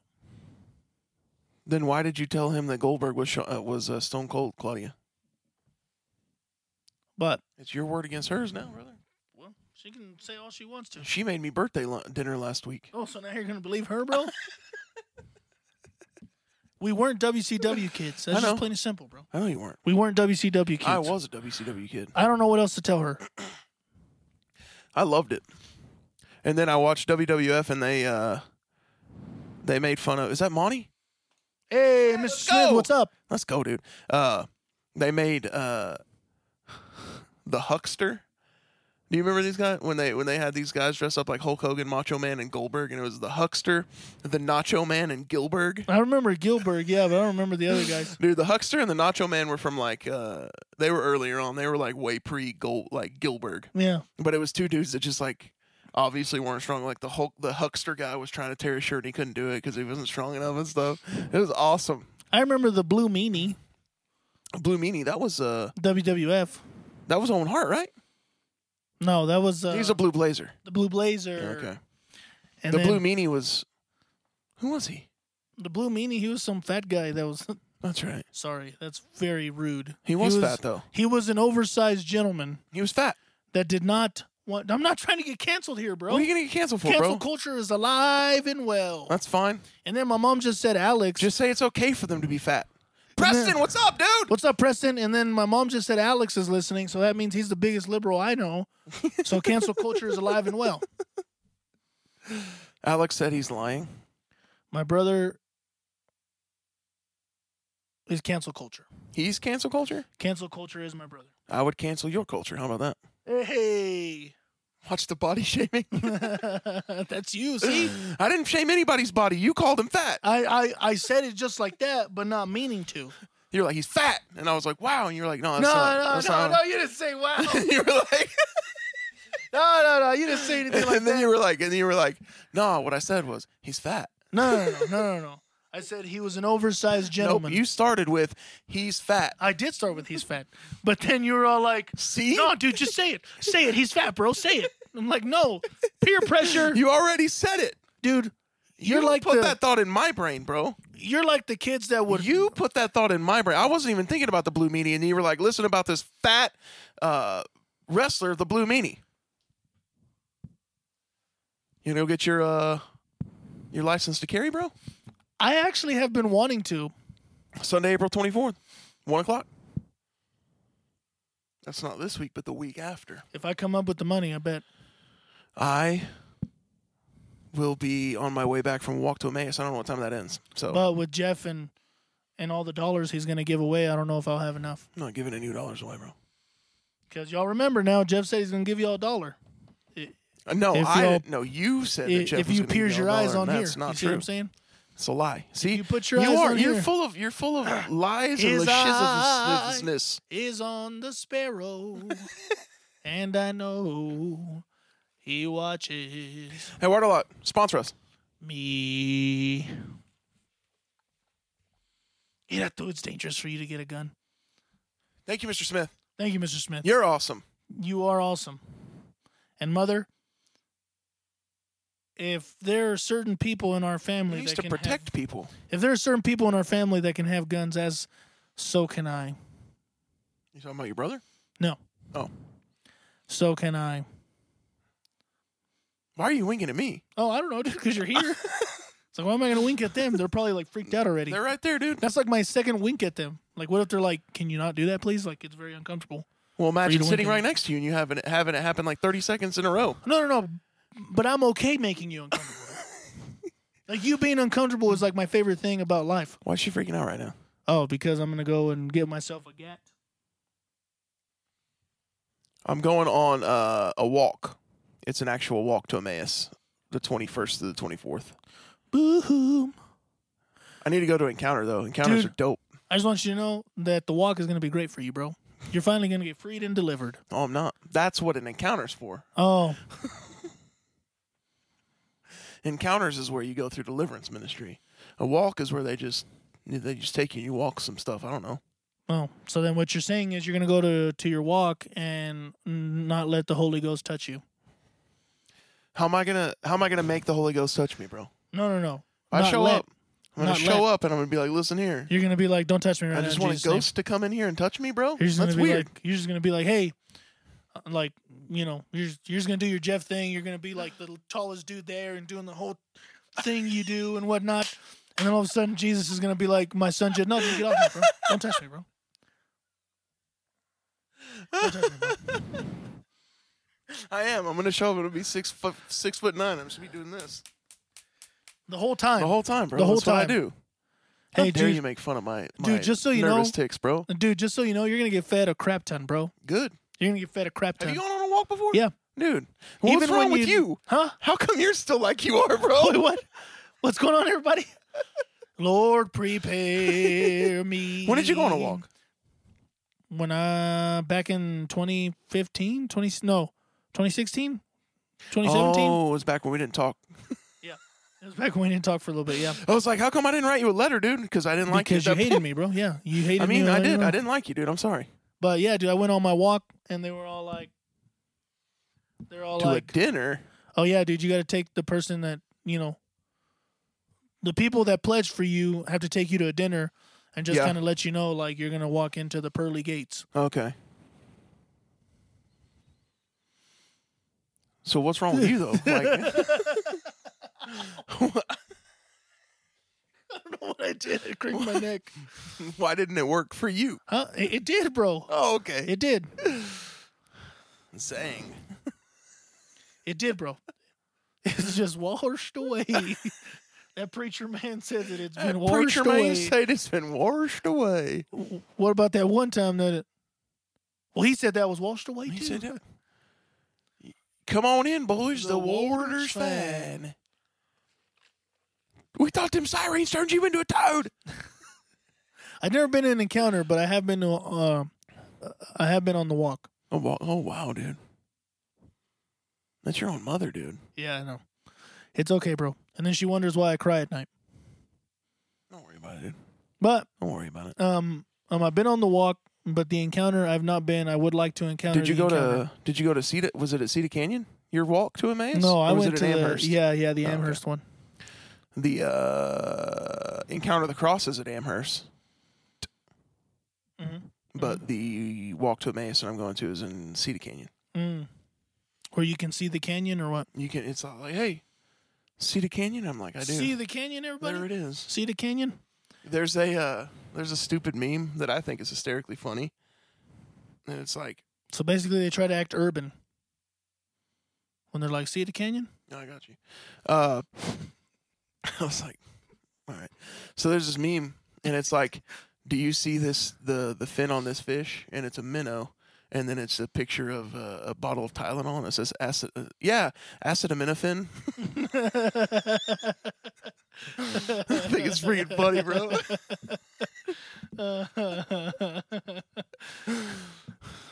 Then why did you tell him that Goldberg was Sha- uh, was uh, Stone Cold, Claudia?
But
It's your word against hers now, brother.
well, she can say all she wants to.
She made me birthday lu- dinner last week.
Oh, so now you're gonna believe her, bro? we weren't WCW kids. That's
I
just
know.
plain and simple, bro.
I know you weren't.
We weren't WCW kids.
I was a WCW kid.
I don't know what else to tell her.
I loved it. And then I watched WWF, and they uh, they made fun of. Is that Monty?
Hey, Mr.
let's
Smith,
go.
what's up?
Let's go, dude. Uh, they made uh, the Huckster. Do you remember these guys when they when they had these guys dressed up like Hulk Hogan, Macho Man, and Goldberg, and it was the Huckster, the Nacho Man, and Gilberg.
I remember Gilbert, yeah, but I don't remember the other guys.
Dude, the Huckster and the Nacho Man were from like uh, they were earlier on. They were like way pre Gold, like Gilberg.
Yeah,
But it was two dudes that just like obviously weren't strong. Like the Hulk, the Huckster guy was trying to tear his shirt and he couldn't do it because he wasn't strong enough and stuff. It was awesome.
I remember the Blue Meanie
Blue Meanie, that was uh
WWF.
that was Owen Hart, right?
No, that was uh,
He's a Blue Blazer.
the Blue Blazer.
okay.
and
The
then
Blue Meanie was who was he?
the Blue Meanie. He was some fat guy that was.
That's right.
Sorry, that's very rude.
He was, fat though.
He was an oversized gentleman
He was fat.
that did not want. I'm not trying to get canceled here, bro.
What are you gonna get canceled for, bro?
Cancel culture is alive and well.
That's fine.
And then my mom just said, Alex.
Just say it's okay for them to be fat. Preston, what's up, dude?
What's up, Preston? And then my mom just said Alex is listening, so that means he's the biggest liberal I know. So cancel culture is alive and well.
Alex said he's lying.
My brother is cancel culture.
He's cancel culture.
Cancel culture is my brother.
I would cancel your culture. How about that?
Hey,
Watch the body shaming.
that's you. See,
I didn't shame anybody's body. You called him fat.
I, I I said it just like that, but not meaning to.
You're like, he's fat. And I was like, wow. And you're like, no, that's
No,
not.
no,
that's
no,
not.
no. You didn't say wow. no,
you were like,
no, no. You didn't say
and
anything like
then
that.
you were like, and you were like, no, what I said was, he's fat.
No, no, no, no, no, no. I said he was an oversized gentleman.
Nope, you started with, he's fat.
I did start with he's fat, but then you were all like,
See?
No, dude, just say it. Say it. He's fat, bro. Say it. I'm like, no. Peer pressure,
You already said it.
dude. You're
You
like
put
the
that thought in my brain, bro.
you're like the kids that would
You put that thought in my brain. I wasn't even thinking about the blue meanie, and you were like, listen about this fat uh, wrestler, the blue meanie. You know, get your uh, your license to carry, bro.
I actually have been wanting to.
Sunday, April 24th, 1 o'clock. That's not this week, but the week after.
If I come up with the money, I bet.
I will be on my way back from Walk to Emmaus. I don't know what time that ends. So
But with Jeff and and all the dollars he's gonna give away, I don't know if I'll have enough.
I'm not giving any dollars away, bro.
Cause y'all remember now, Jeff said he's gonna give y'all a dollar.
Uh, No,
If
I
y'all-
no. You said that
If,
Jeff
if
was
you
gonna
peers
give me
your
a
eyes
dollar,
on
and
here,
that's not
you see what
true.
I'm saying?
It's a lie. See,
you put your
you
eyes
are
on
you're
here.
full of you're full of lies and
His eye.
lasciviousness.
is on the sparrow, and I know he watches
Hey, Word a lot. Sponsor us.
me. Yeah, that dude's dangerous for you to get a gun.
Thank you, Mr. Smith.
Thank you, Mr. Smith.
You're awesome.
You are awesome. And mother, if there are certain people in our family
We used
that
to
can
protect people.
have, if there are certain people in our family that can have guns, as so can I.
You talking about your brother?
No.
Oh.
So can I.
Why are you winking at me?
Oh, I don't know, dude, because you're here. it's like, why am I going to wink at them? They're probably like freaked out already.
They're right there, dude.
That's like my second wink at them. Like, what if they're like, "Can you not do that, please?" Like, it's very uncomfortable.
Well,
you
imagine
to win
sitting
things.
right next to you and you having it, having it happen like 30 seconds in a row.
No, no, no. But I'm okay making you uncomfortable. like you being uncomfortable is like my favorite thing about life.
Why is she freaking out right now?
Oh, because I'm gonna go and get myself a gat.
I'm going on uh, a walk. It's an actual walk to Emmaus, the 21st to the 24th.
Boom.
I need to go to Encounter though. Encounters
Dude.
are dope.
I just want you to know that the walk is gonna be great for you, bro. You're finally gonna get freed and delivered.
Oh, I'm not. That's what an encounter's for.
Oh,
Encounters is where you go through deliverance ministry. A walk is where they just they just take you and you walk some stuff. I don't know.
oh. So then, what you're saying is you're gonna go to to your walk and not let the Holy Ghost touch you.
How am I gonna How am I gonna make the Holy Ghost touch me, bro?
No, no, no.
I
Not
show
let.
up. I'm gonna
Not
show
let.
up and I'm gonna be like, listen here.
You're gonna be like, "Don't touch me right
I
now."
just
in
want a
Jesus' name."
ghost to come in here and touch me, bro.
You're just
That's
gonna be
weird.
like, you're just gonna be like, hey, uh, like you know, you're just- you're just gonna do your Jeff thing. You're gonna be like the tallest dude there and doing the whole thing you do and whatnot. And then all of a sudden, Jesus is gonna be like, my son, just no, dude, get off me, bro. Don't touch me, bro. Don't touch me, bro.
I am. I'm gonna show up. It'll be six foot six foot nine. I'm just gonna be doing this
The whole time,
the whole time, bro.
The whole
That's what I
time.
do. How
hey,
dare
dude,
you make fun of my, my
dude, just so you
nervous
know-
ticks, bro?
dude, just so you know, you're gonna get fed a crap ton, bro.
Good.
You're gonna get fed a crap
Have
ton.
you gone on a walk before?
Yeah.
dude. What's
Even
wrong
when
with you?
Huh?
How come you're still like you are, bro?
Wait, what? What's going on, everybody? Lord, prepare me.
When did you go on a walk?
When I back in 2015, 20 no, 2016, 2017.
Oh, it was back when we didn't talk.
It was back when we didn't talk for a little bit. Yeah,
I was like, how come I didn't write you a letter, dude? Because I didn't like
because
you.
you
at that
hated
point.
me, bro. Yeah, you hated
I
me.
mean, I
like,
did.
bro.
I didn't like you, dude. I'm sorry.
But yeah, dude, I went on my walk and they were all like, they're all
to
like,
a dinner.
oh yeah, dude, you got to take the person that you know. The people that pledged for you have to take you to a dinner, and just
Yeah.
kind of let you know like you're gonna walk into the pearly gates.
Okay. So what's wrong with you though? Like,
know what I did. It cracked my neck.
why didn't it work for you?
Huh? It, it did, bro.
Oh, okay.
It did.
Saying.
It did, bro. It's just washed away. that preacher man says that it's been washed
Preacher
away.
man said it's been washed away.
W- what about that one time that? It, well, he said that was washed away.
He
too.
said that- Come on in, boys. The,
The
water's
water's
fine. We thought them sirens turned you into a toad.
I've never been in an encounter, but I have been to. Uh, I have been on the walk.
Oh wow, oh, wow dude. That's your own mother, dude.
Yeah, I know. It's okay, bro. And then she wonders why I cry at night.
Don't worry about it, dude.
But
Don't worry about it.
um, um, I've been on the walk, but the encounter I've not been. I would like to encounter.
Did you
the
go
encounter.
to Did you go to Cedar? Was it at Cedar Canyon? Your walk to Emmaus?
No,
Or
I
was
went
it
to
at
the-
Amherst. Oh,
yeah, yeah, the
okay.
Amherst one.
The uh, Encounter of the Cross is at Amherst,
Mhm.
but the walk to Emmaus that I'm going to is in Cedar Canyon.
Mm. Where you can see the canyon or what?
You can. It's all like, hey, Cedar Canyon. I'm like, I do.
See the canyon,
there
everybody.
it is.
See the canyon.
There's a uh, there's a stupid meme that I think is hysterically funny, and it's like,
So basically, they try to act urban when they're like, "See the canyon."
No, I got you. Uh, I was like, all right. So there's this meme, and it's like, do you see this the the fin on this fish? And it's a minnow, and then it's a picture of uh, a bottle of Tylenol, and it says acid. Uh, yeah, acetaminophen. I think it's freaking funny, bro.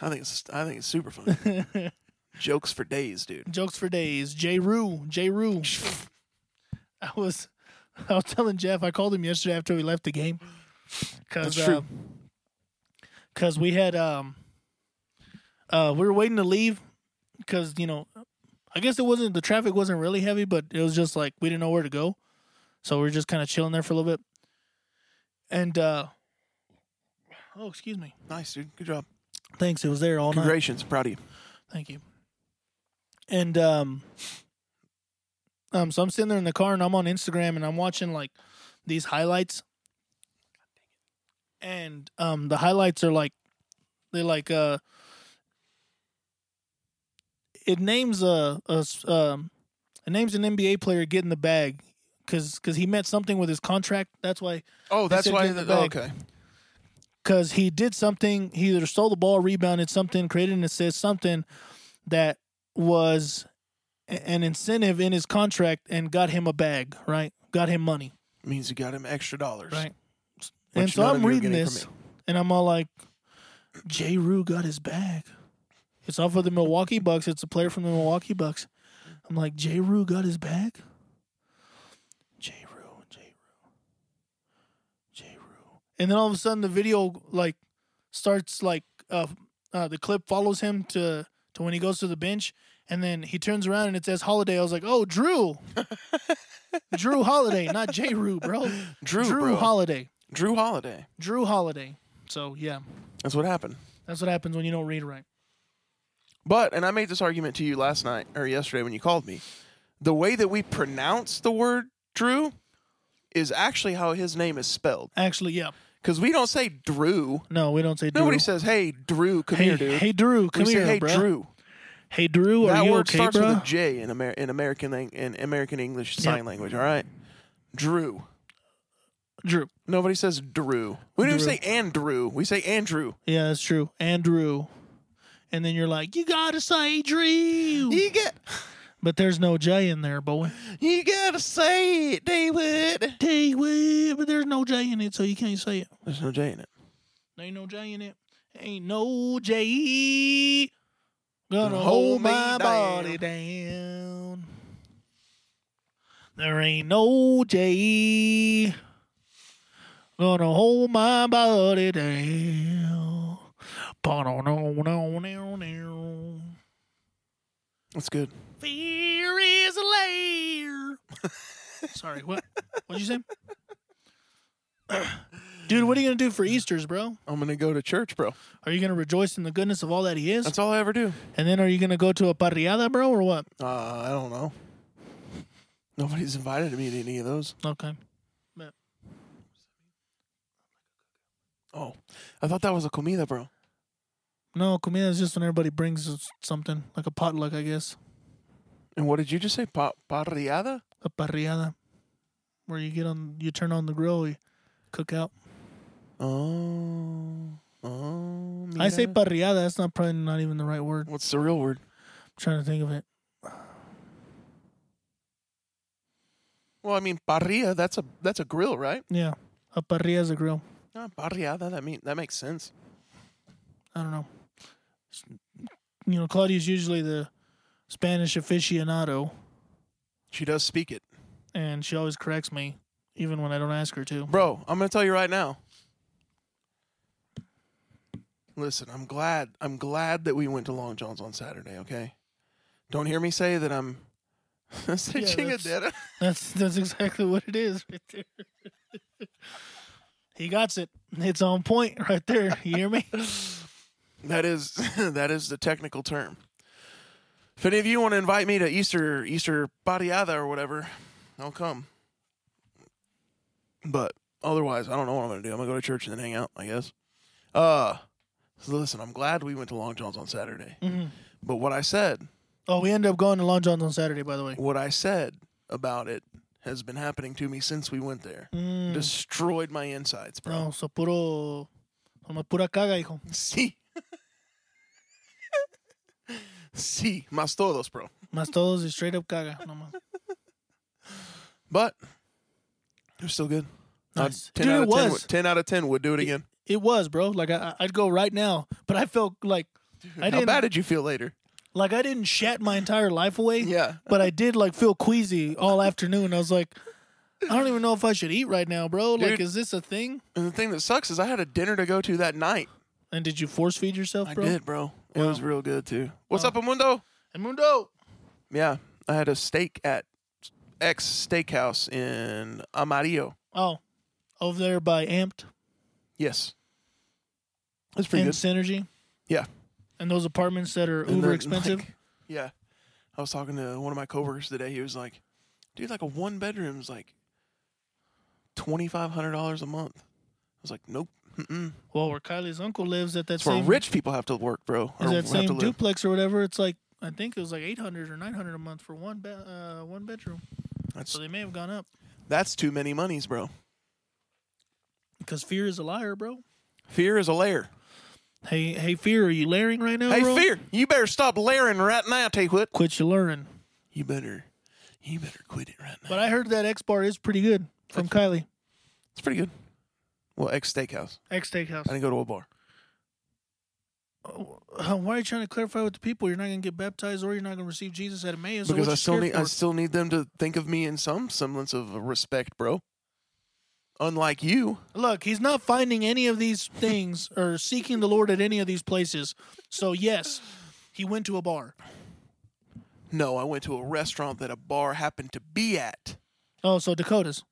I think it's I think it's super funny. Jokes for days, dude.
Jokes for days. J. Rue. J. Rue. I was, I was telling Jeff. I called him yesterday after we left the game. Cause,
That's true.
Because we had, um, uh, we were waiting to leave. Because you know, I guess it wasn't the traffic wasn't really heavy, but it was just like we didn't know where to go, so we were just kind of chilling there for a little bit. And uh, oh, excuse me.
Nice, dude. Good job.
Thanks. It was there all night.
Congratulations. Proud of you.
Thank you. And um, um, so I'm sitting there in the car and I'm on Instagram and I'm watching like these highlights. and um the highlights are like they like uh it names a, a s- um it names an NBA player get in the bag because cause he met something with his contract. That's why
Oh, that's
said
why.
get in the
oh,
bag.
okay.
because he did something. He either stole the ball, rebounded something, created an assist, something that was a- an incentive in his contract and got him a bag, right? Got him money,
Means you got him extra dollars.
right?
Which
and so
none of
I'm
you are
reading
getting from
this,
me.
and I'm all like, J. Rue got his bag. It's off of the Milwaukee Bucks. It's a player from the Milwaukee Bucks. I'm like, J. Rue got his bag? J. Rue, J. Rue, J. Rue. And then all of a sudden the video, like, starts, like, uh, uh, the clip follows him to, to when he goes to the bench, and then he turns around and it says Holiday. I was like, oh, Drew. Drew Holiday, not J. Rue, bro.
Drew,
Drew
bro.
Holiday.
Drew Holiday.
Drew Holiday. So yeah,
That's what happened.
that's what happens when you don't read right.
But and I made this argument to you last night or yesterday when you called me. The way that we pronounce the word Drew is actually how his name is spelled.
Actually, yeah.
Because we don't say Drew.
No, we don't say Drew.
Nobody says, "Hey, Drew, come
hey,
here, dude."
hey Drew, come
we
here,
say, "Hey,
bruh.
Drew."
Hey Drew, are
that
you
word
okay,
starts
bro?
with a J in, Amer- in American lang- in American English sign
Yep.
language. All right, Drew.
Drew.
Nobody says Drew. We don't even
Drew.
say Andrew. We say Andrew.
Yeah, that's true. Andrew. And then you're like, you gotta say Drew,
You got,
but there's no J in there, boy.
you gotta say it, David.
T W, but there's no J in it, so you can't say it.
There's no J in it.
There ain't no J in it. Ain't no J. Gonna hold
me
my
down.
body down. There ain't no J. Gonna hold my body down. Ba-da-da-da-da-da.
That's good.
Fear is a layer. Sorry, what? What'd you say? Dude, what are you gonna do for Easter's, bro?
I'm gonna go to church, bro.
Are you going to rejoice in the goodness of all that he is?
That's all I ever do.
And then are you going to go to a parriada, bro, or what?
Uh, I don't know. Nobody's invited me to any of those.
Okay.
Oh, I thought that was a comida, bro.
No, comida is just when everybody brings us something, like a potluck, I guess.
And what did you just say? Pa- parriada?
A parriada, where you get on, you turn on the grill, you cook out.
Oh, oh.
I say
mira.
parriada. That's not probably not even the right word. I'm
What's the real word?
trying to think of it.
Well, I mean, parrilla. That's a that's a grill, right?
Yeah, a parrilla is a grill.
Uh, parriada. That mean that makes sense.
I don't know. You know, Claudia's usually the Spanish aficionado,
She does speak it,
and she always corrects me, even when I don't ask her to.
bro. I'm gonna tell you right now. Listen, I'm glad. I'm glad that we went to Long John's on Saturday. Okay, don't hear me say that I'm. say
Yeah, that's-
chingadera.
That's that's exactly what it is right there. he got it. It's on point right there. You hear me?
That is that is the technical term. If any of you want to invite me to Easter Easter Barriada or whatever, I'll come. But otherwise, I don't know what I'm gonna do. I'm gonna go to church and then hang out, I guess. Uh so listen, I'm glad we went to Long John's on Saturday.
Mhm.
But what I said
Oh, we ended up going to Long John's on Saturday, by the way.
what I said about it has been happening to me since we went there.
Mm. Oh.
Destroyed my insides, bro.
no, so puro, como pura caga, hijo.
See. See, más todos, bro.
Más todos is straight up caga. No, más.
But it was still good. Uh,
Nice.
10
Dude,
out
it
of 10,
was.
would- 10 out of 10 would do it again.
It was, bro. Like I, I'd go right now, but I felt like I
How
didn't
bad did you feel later?
like I didn't shat my entire life away.
Yeah.
But I did like feel queasy all afternoon. I was like, I don't even know if I should eat right now, bro. Like,
Dude.
is this a thing?
And the thing that sucks is I had a dinner to go to that night.
And did you force feed yourself, Oh, bro?
I did, bro. It was real good, too. What's
Wow.
up, Amundo?
And Mundo.
Yeah. I had a steak at X Steakhouse in Amarillo.
Oh, over there by Amped
Yes. It's pretty
and
good.
Synergy.
Yeah.
And those apartments that are
And
uber
then,
expensive.
like, yeah. I was talking to one of my coworkers today. He was like, dude, like a one bedroom is like $2,500 a month. I was like, nope. Mm-mm.
Well, where Kylie's uncle lives at that
It's where
same
rich people have to work, bro. Or
is that
have to
same
live.
duplex or whatever. It's like I think it was like eight hundred or nine hundred a month for one be- uh, one bedroom.
That's
So they may have gone up
that's too many monies, bro.
because fear is a liar, bro.
Fear is a layer.
Hey, hey, fear, are you layering right now,
Hey,
bro?
fear! You better stop layering right now, Tay Whit.
Quit your luring.
You better, you better quit it right now.
But I heard that X bar is pretty good from Kylie.
it's pretty good. Well, ex steakhouse.
X
I
Steakhouse.
didn't go to a bar.
Uh, Why are you trying to clarify with the people? You're not going to get baptized or you're not going to receive Jesus at Emmaus. So
because I
what you
still
scared
need I
for?
still need them to think of me in some semblance of respect, bro. Unlike you,
Look, he's not finding any of these things or seeking the Lord at any of these places. So yes, he went to a bar.
no, I went to a restaurant that a bar happened to be at,
Oh, so Dakota's.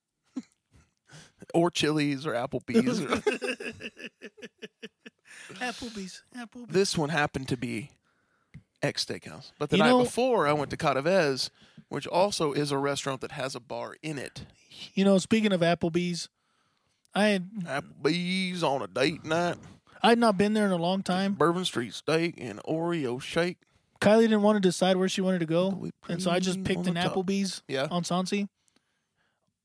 or Chili's or Applebee's. or,
Applebee's. Applebee's.
this one happened to be X Steakhouse, but the
You
night
know-
before I went to Cadaves, which also is a restaurant that has a bar in it.
You know, speaking of Applebee's, I had
Applebee's on a date night,
I had not been there in a long time.
Bourbon Street steak and Oreo shake.
Kylie didn't want to decide where she wanted to go,
Whipped
and so I just
cream
picked
on
an
the top.
Applebee's
Yeah,
on Sansi.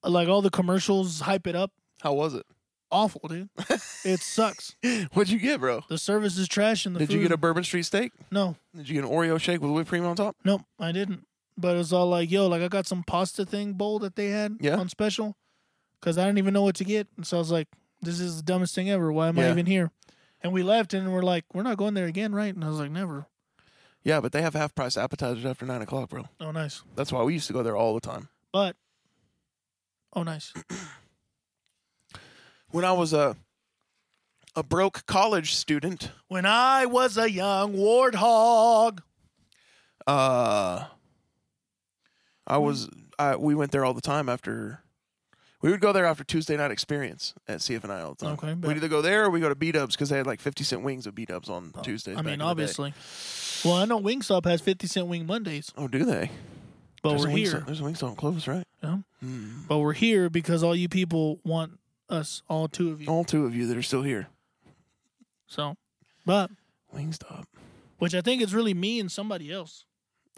Like all the commercials hype it up.
how was it?
Awful, dude. it sucks.
What'd you get, bro?
The service is trash, and the
Did
food.
you get a Bourbon Street steak?
no?
Did you get an Oreo shake with whipped cream on top?
Nope, I didn't. But it was all like, yo, like I got some pasta thing bowl that they had
Yeah.
on special because I didn't even know what to get. And so I was like, this is the dumbest thing ever. Why am I
Yeah.
even here? And we left and we're like, we're not going there again, right? And I was like, never.
Yeah, but they have half price appetizers after nine o'clock, bro.
Oh, nice.
That's why we used to go there all the time.
But, oh, nice.
When I was a a broke college student,
When I was a young warthog.
uh, I was I we went there all the time after. We would go there after Tuesday night experience at CFNI all the time.
Okay, bet.
We'd either go there or we go to B Dubs because they had like fifty cent wings of B Dubs on Tuesdays.
I
back in
mean,
the day.
obviously. Well, I know Wingstop has 50 cent wing Mondays,
Oh, do they?
but
There's
we're
a Wingstop-
here.
There's a Wingstop close, right?
Yeah.
Hmm.
But we're here because all you people want us, all two of you.
All two of you that are still here.
So, but,
Wingstop.
which I think it's really me and somebody else.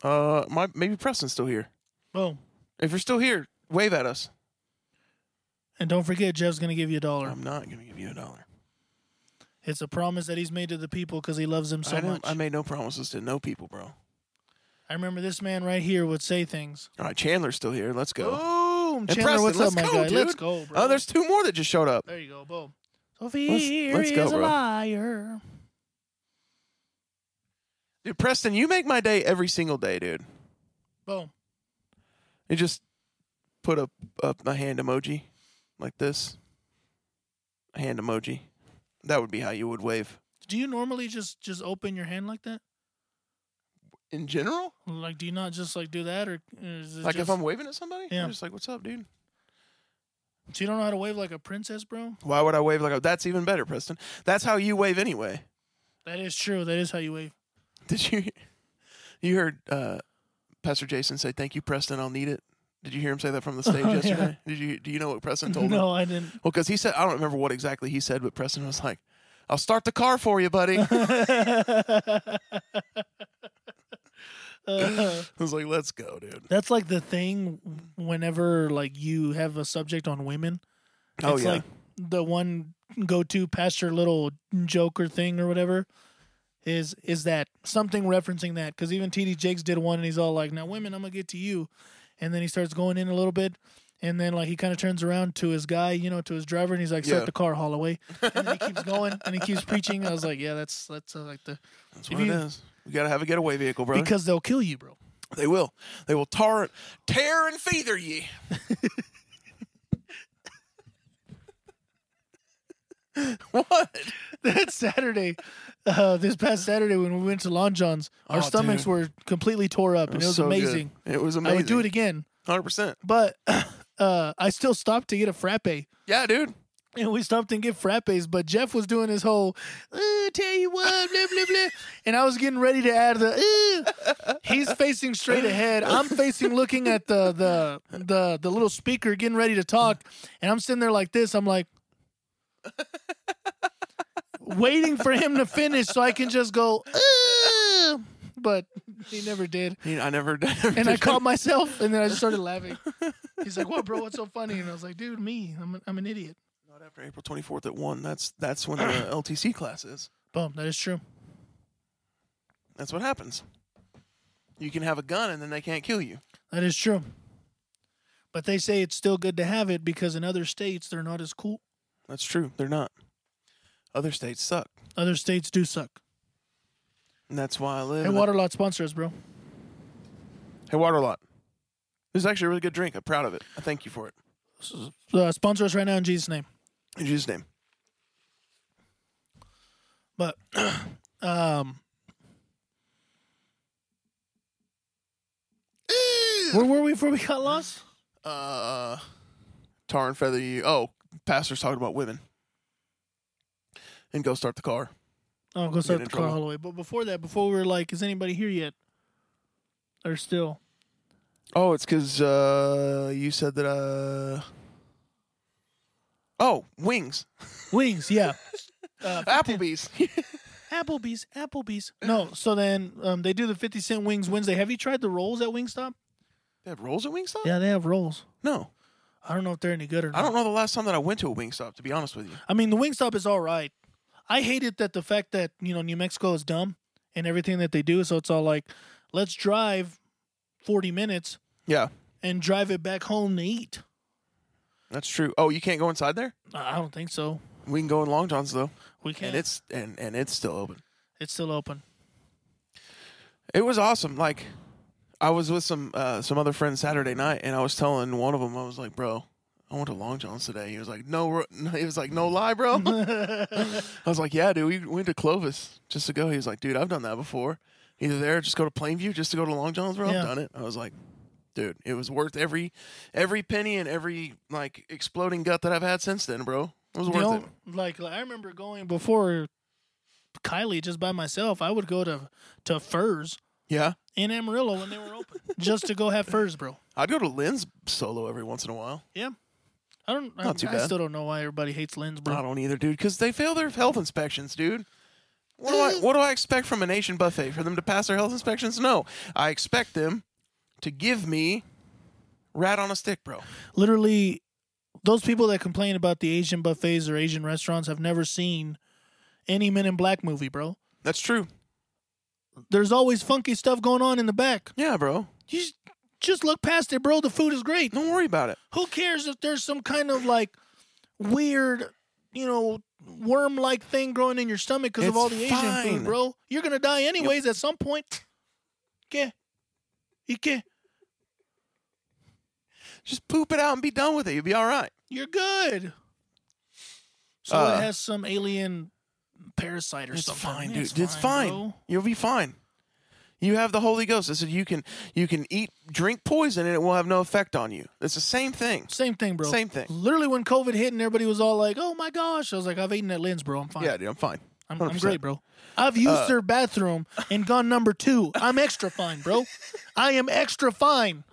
Uh, my maybe Preston's still here. Oh.
Boom.
If you're still here, wave at us.
And don't forget, Jeff's going to give you a dollar.
I'm not gonna give you a dollar.
It's a promise that he's made to the people because he loves them so
I,
much.
don't- I made no promises to no people, bro. All
I remember this man right here would say things.
right, Chandler's still here. Let's go.
Boom.
Hey,
Chandler,
Preston,
what's
let's
up, my
go,
guy?
dude.
Let's go, Oh, bro.
Oh, there's two more that just showed up.
there you go. Boom. So fear
let's go,
is a
bro.
liar.
Dude, Preston, you make my day every single day, dude.
Boom.
You just put up up a hand emoji like this. A hand emoji. That would be how you would wave.
Do you normally just just open your hand like that?
In general,
Like, do you not just like do that, or or is it
like
just,
if I'm waving at somebody,
Yeah.
I'm just like, "What's up, dude?"
so you don't know how to wave like a princess, bro?
Why would I wave like a, that's even better, Preston? That's how you wave anyway.
That is true. That is how you wave.
Did you you heard uh, Pastor Jason say, "Thank you, Preston. I'll need it." Did you hear him say that from the stage
Oh, yeah.
yesterday? Did you do you know what Preston told him?
No, I didn't.
Well, because he said I don't remember what exactly he said, but Preston was like, "I'll start the car for you, buddy." I
Uh,
was like, "Let's go, dude."
That's like the thing whenever like you have a subject on women.
Oh
it's
yeah,
like the one go to pastor little joker thing or whatever is is that something referencing that because even TD Jakes did one and he's all like, Now women, I'm gonna get to you and then he starts going in a little bit and then like he kind of turns around to his guy, you know, to his driver and he's like, Start
Yeah.
the car, Holloway. And then he keeps going and he keeps preaching. I was like, Yeah, that's that's uh, like the
that's
if
what
you-
it is. We gotta have a getaway vehicle, bro.
because they'll kill you, bro.
they will, they will tar, tear and feather ye. what?
that Saturday, uh, this past Saturday when we went to Long John's, our
Oh,
stomachs
dude.
were completely tore up, and it was
so good.
amazing.
It was
I
amazing.
would do it again,
hundred percent.
but uh, I still stopped to get a frappe.
Yeah, dude.
And we stopped and get frappes, but Jeff was doing his whole, "Ooh, tell you what, blah, blah, blah. And I was getting ready to add the, "Ooh." he's facing straight ahead. I'm facing looking at the, the, the, the little speaker, getting ready to talk. And I'm sitting there like this. I'm like, waiting for him to finish so I can just go, "Ugh," but he never did.
You know, I never, never
And I
did
caught myself, and then I just started laughing. He's like, "What, bro? What's so funny?" And I was like, "Dude, me. I'm an, I'm an idiot."
that. Not after April 24th at 1. That's that's when the LTC class is.
Boom. That is true.
That's what happens. You can have a gun and then they can't kill you.
That is true. But they say it's still good to have it because in other states they're not as cool.
That's true. They're not. Other states suck.
Other states do suck.
And that's why I live.
Hey,
in a-
Waterlot sponsors, bro.
Hey, Waterlot. This is actually a really good drink. I'm proud of it. I thank you for it.
Uh, sponsor us right now in Jesus' name.
In Jesus' name.
But um, where were we before we got lost?
Uh, tar and feather you. Oh, pastor's talking about women. And go start the car.
Oh, go start
in
the car
trouble.
all the way. But before that, before we were like, is anybody here yet? Or still?
Oh, it's because uh, you said that. Uh... Oh, wings.
Wings, yeah. Uh,
Applebee's.
Applebee's, Applebee's. No, so then um, they do the 50 cent wings Wednesday. Have you tried the rolls at Wingstop?
they have rolls at Wingstop?
Yeah, they have rolls.
No.
I don't know if they're any good or not.
I don't know the last time that I went to a Wingstop, to be honest with you.
I mean, the Wingstop is all right. I hate it that the fact that you know New Mexico is dumb and everything that they do, so it's all like, let's drive forty minutes
Yeah,
and drive it back home to eat.
that's true. Oh, you can't go inside there?
I I don't think so.
We can go in Long John's, though.
We can't.
And it's and, and it's still open.
it's still open.
It was awesome. Like, I was with some uh, some other friends Saturday night, and I was telling one of them, I was like, "Bro, I went to Long John's today." He was like, "No, ro- no," he was like, "No lie, bro." I was like, "Yeah, dude, we went to Clovis just to go." He was like, "Dude, I've done that before. Either there, just go to Plainview, just to go to Long John's, bro.
Yeah.
I've done it." I was like, "Dude, it was worth every every penny and every like exploding gut that I've had since then, bro. It was
The
worth it."
on- like, like, I remember going before Kylie just by myself. I would go to to Furs
Yeah,
in Amarillo when they were open just to go have Furs, bro.
I'd go to Lynn's solo every once in a while.
I don't. I,
Not too
I
bad.
still don't know why everybody hates Lynn's, bro.
I don't either, dude, because they fail their health inspections, dude. What do I
Mm.
what do I expect from an Asian buffet? For them to pass their health inspections? No. I expect them to give me rat on a stick, bro.
literally those people that complain about the Asian buffets or Asian restaurants have never seen any Men in Black movie, bro.
That's true.
There's always funky stuff going on in the back.
Yeah, bro.
You s- just look past it, bro. The food is great.
Don't worry about it.
Who cares if there's some kind of like weird, you know, worm-like thing growing in your stomach because of
It's
all the Asian
fine.
food, bro? You're gonna die anyways at some point. Okay. Ike,
Just poop it out and be done with it. You'll be all right.
you're good. So
Uh,
it has some alien parasite or
It's
something.
fine, dude. It's, fine.
bro.
You'll be fine. You have the Holy Ghost. I said you can you can eat drink poison and it will have no effect on you. It's the same thing.
Same thing, bro.
Same thing.
Literally, when COVID hit and everybody was all like, "Oh my gosh," I was like, "I've eaten at Lynn's, bro. I'm fine.
Yeah, dude, I'm fine.
I'm, I'm
100%.
great, bro. I've used
Uh,
their bathroom and gone number two. I'm extra fine, bro. I am extra fine.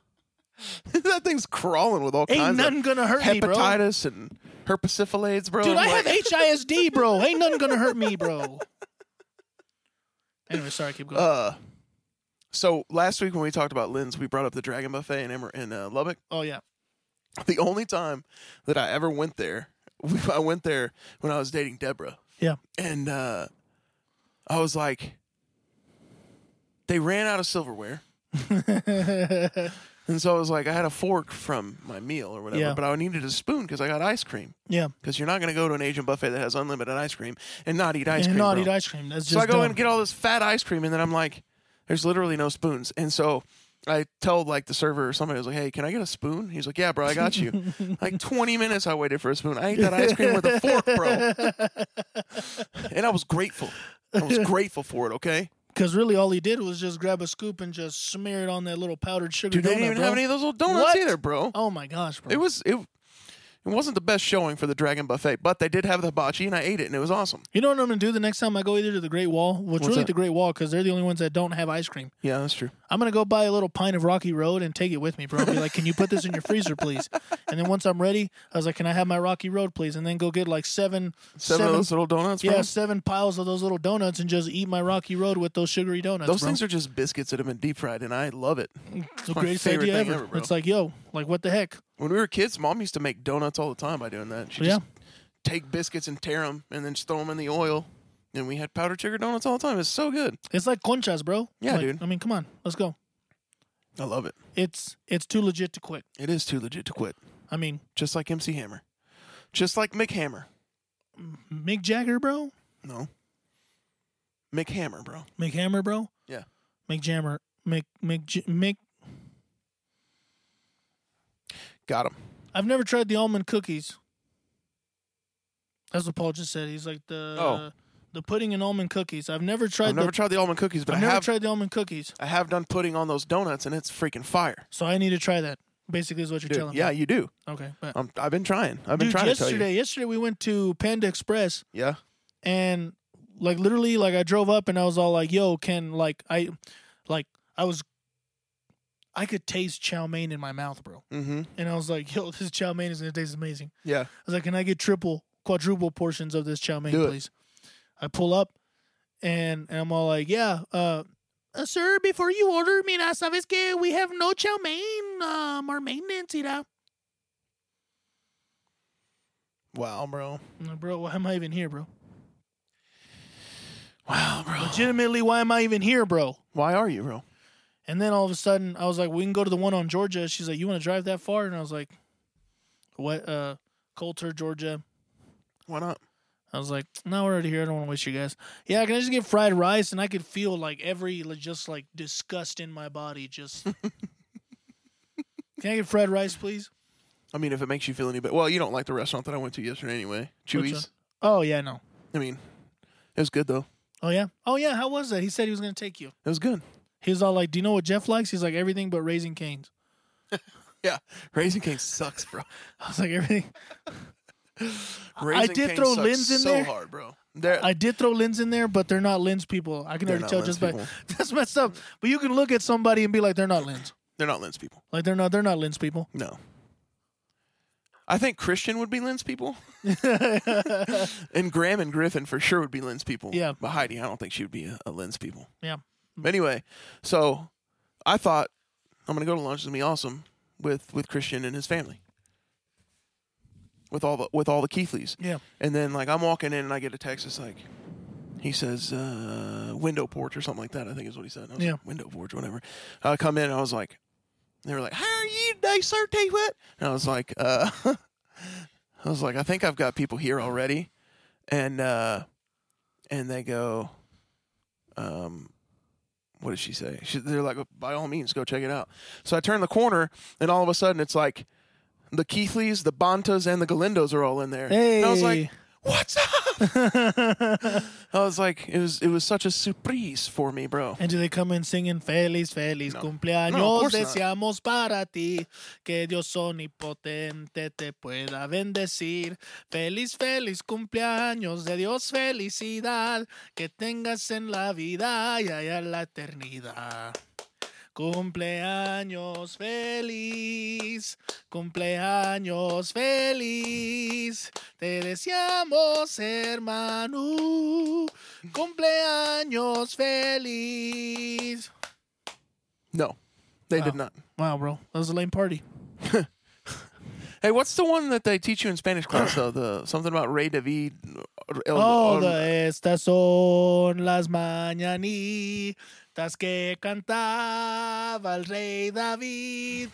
that thing's crawling with all
Ain't
kinds of
nothing gonna hurt me, bro.
hepatitis and herpesifilades, bro.
Dude,
I'm
I have
like-
HISD, bro. Ain't nothing gonna hurt me, bro." Anyway, sorry, keep going.
Uh, so last week when we talked about Lynn's, we brought up the Dragon Buffet in Emmer in uh, Lubbock.
oh yeah,
The only time that I ever went there, I went there when I was dating Deborah,
yeah.
and uh, I was like, they ran out of silverware. And so I was like, I had a fork from my meal or whatever,
Yeah.
but I needed a spoon because I got ice cream.
Yeah,
Because you're not going to go to an Asian buffet that has unlimited ice cream and not eat ice
and
cream.
not
bro.
eat ice cream. That's just
So I go
dumb.
in and get all this fat ice cream, and then I'm like, there's literally no spoons. And so I tell like the server or somebody, I was like, hey, can I get a spoon? He's like, yeah, bro, I got you. like 20 minutes I waited for a spoon. I ate that ice cream with a fork, bro. and I was grateful. I was grateful for it, okay?
Because really, all he did was just grab a scoop and just smear it on that little powdered sugar
Dude, they
donut,
didn't even
bro.
have any of those little donuts
What?
either, bro.
Oh my gosh, bro!
It was, it, it It wasn't the best showing for the Dragon Buffet, but they did have the hibachi, and I ate it, and it was awesome.
You know what I'm gonna do the next time I go either to the Great Wall, which
What's
really
that?
the Great Wall, because they're the only ones that don't have ice cream.
Yeah, that's true.
I'm gonna go buy a little pint of Rocky Road and take it with me, bro. Be like, can you put this in your freezer, please? And then once I'm ready, I was like, can I have my Rocky Road, please? And then go get like seven,
Seven, of those little donuts.
yeah,
bro.
seven piles of those little donuts and just eat my Rocky Road with those sugary donuts.
Those
bro.
things are just biscuits that have been deep fried, and I love it.
It's the
my
greatest
favorite
idea
thing
ever.
ever, bro.
It's like, yo, like what the heck?
When we were kids, mom used to make donuts all the time by doing that. She
Yeah.
just take biscuits and tear them, and then just throw them in the oil. And we had powdered sugar donuts all the time. It's so good.
It's like conchas, bro.
Yeah,
Like,
dude.
I mean, come on, let's go.
I love it.
It's it's too legit to quit.
It is too legit to quit.
I mean,
Just like MC Hammer. Just like Mick Hammer.
Mick Jagger, bro.
No. Mick Hammer, bro.
Mick Hammer, bro.
Yeah.
Mick Jammer. Mick Mick J- Mick.
Got him.
I've never tried the almond cookies. That's what Paul just said. He's like the
Oh.
the pudding and almond cookies. I've never tried
I've never
the
tried the almond cookies, but
I've
I
never
have
tried the almond cookies,
I have done pudding on those donuts, and it's freaking fire.
so I need to try that. Basically, is what you're
Dude,
telling
yeah, you do.
me. Okay, but
I'm, I've been trying. I've been
dude,
trying
yesterday,
to tell you.
yesterday we went to Panda Express
Yeah.
and like literally like I drove up and I was all like, "Yo, can like I like I was I could taste chow mein in my mouth, bro."
Mm-hmm.
And I was like, "Yo, this chow mein is gonna taste amazing."
Yeah.
I was like, "Can I get triple, quadruple portions of this chow mein,
Do it.
please?" I pull up and, and I'm all like, "Yeah, uh, uh, sir, before you order, mira, sabes que we have no chow mein, um, our maintenance, irá."
Wow, bro.
I'm like, Bro, why am I even here, bro?
Wow, bro.
Legitimately, why am I even here, bro?
Why are you, bro?
And then all of a sudden, I was like, "We can go to the one on Georgia." She's like, "You want to drive that far?" And I was like, "What? Uh, Coulter, Georgia."
Why not?
I was like, "No, we're already here. I don't want to waste you guys." Yeah, can I just get fried rice? And I could feel like every like, just like disgust in my body. Just can I get fried rice, please?
I mean, if it makes you feel any better. Well, you don't like the restaurant that I went to yesterday anyway. Chewy's.
one? Oh yeah, no.
I mean, it was good, though.
Oh yeah. Oh yeah. How was that? He said he was gonna take you.
It was good.
He was all like, "Do you know what Jeff likes?" He's like, "Everything but raising canes."
Yeah. Raising Cane sucks, bro.
I was like, "Everything."
Raising
did
Cane
throw
sucks
Linz in
so
there.
hard, bro. They're,
I did throw Lens in there, but they're not Lens people. I can
They're
already
not
tell
Linz
just by
people.
that's messed up. But you can look at somebody and be like, they're not Lens.
they're not Linz people.
Like they're not they're not Lens people.
No. I think Christian would be Linz people.
yeah,
And Graham and Griffin for sure would be Lynn's people.
Yeah.
But Heidi, I don't think she would be a, a Lynn's people.
Yeah.
But Anyway, so I thought I'm gonna go to lunch. It's gonna be awesome with with Christian and his family. With all the with all the Keithleys. And then like I'm walking in and I get a text. It's like he says uh, window porch or something like that. I think is what he said. And I was
Yeah.
like, window porch, whatever. I come in and I was like, they were like, "How are you today, sir? Tell you what?" And I was like, uh, I was like, I think I've got people here already, and uh, and they go, um. What did she say? She, they're like, by all means, go check it out. So I turn the corner, and all of a sudden, it's like the Keithleys, the Bontas, and the Galindos are all in there.
Hey.
And I was like, what's up? I was like, it was it was such a surprise for me, bro.
and do they come in singing Feliz Feliz
No.
cumpleaños
No, of course not.
deseamos para ti que Dios omnipotente te pueda bendecir Feliz Feliz cumpleaños de Dios felicidad que tengas en la vida y allá en la eternidad Cumpleaños feliz, cumpleaños feliz, te deseamos hermano, cumpleaños feliz.
No, they did not.
Wow, bro, that was a lame party.
Hey, what's the one that they teach you in Spanish class though? The something about Ray David. or El-
Oh,
or-
the estas son las mañanitas que cantaba el rey David.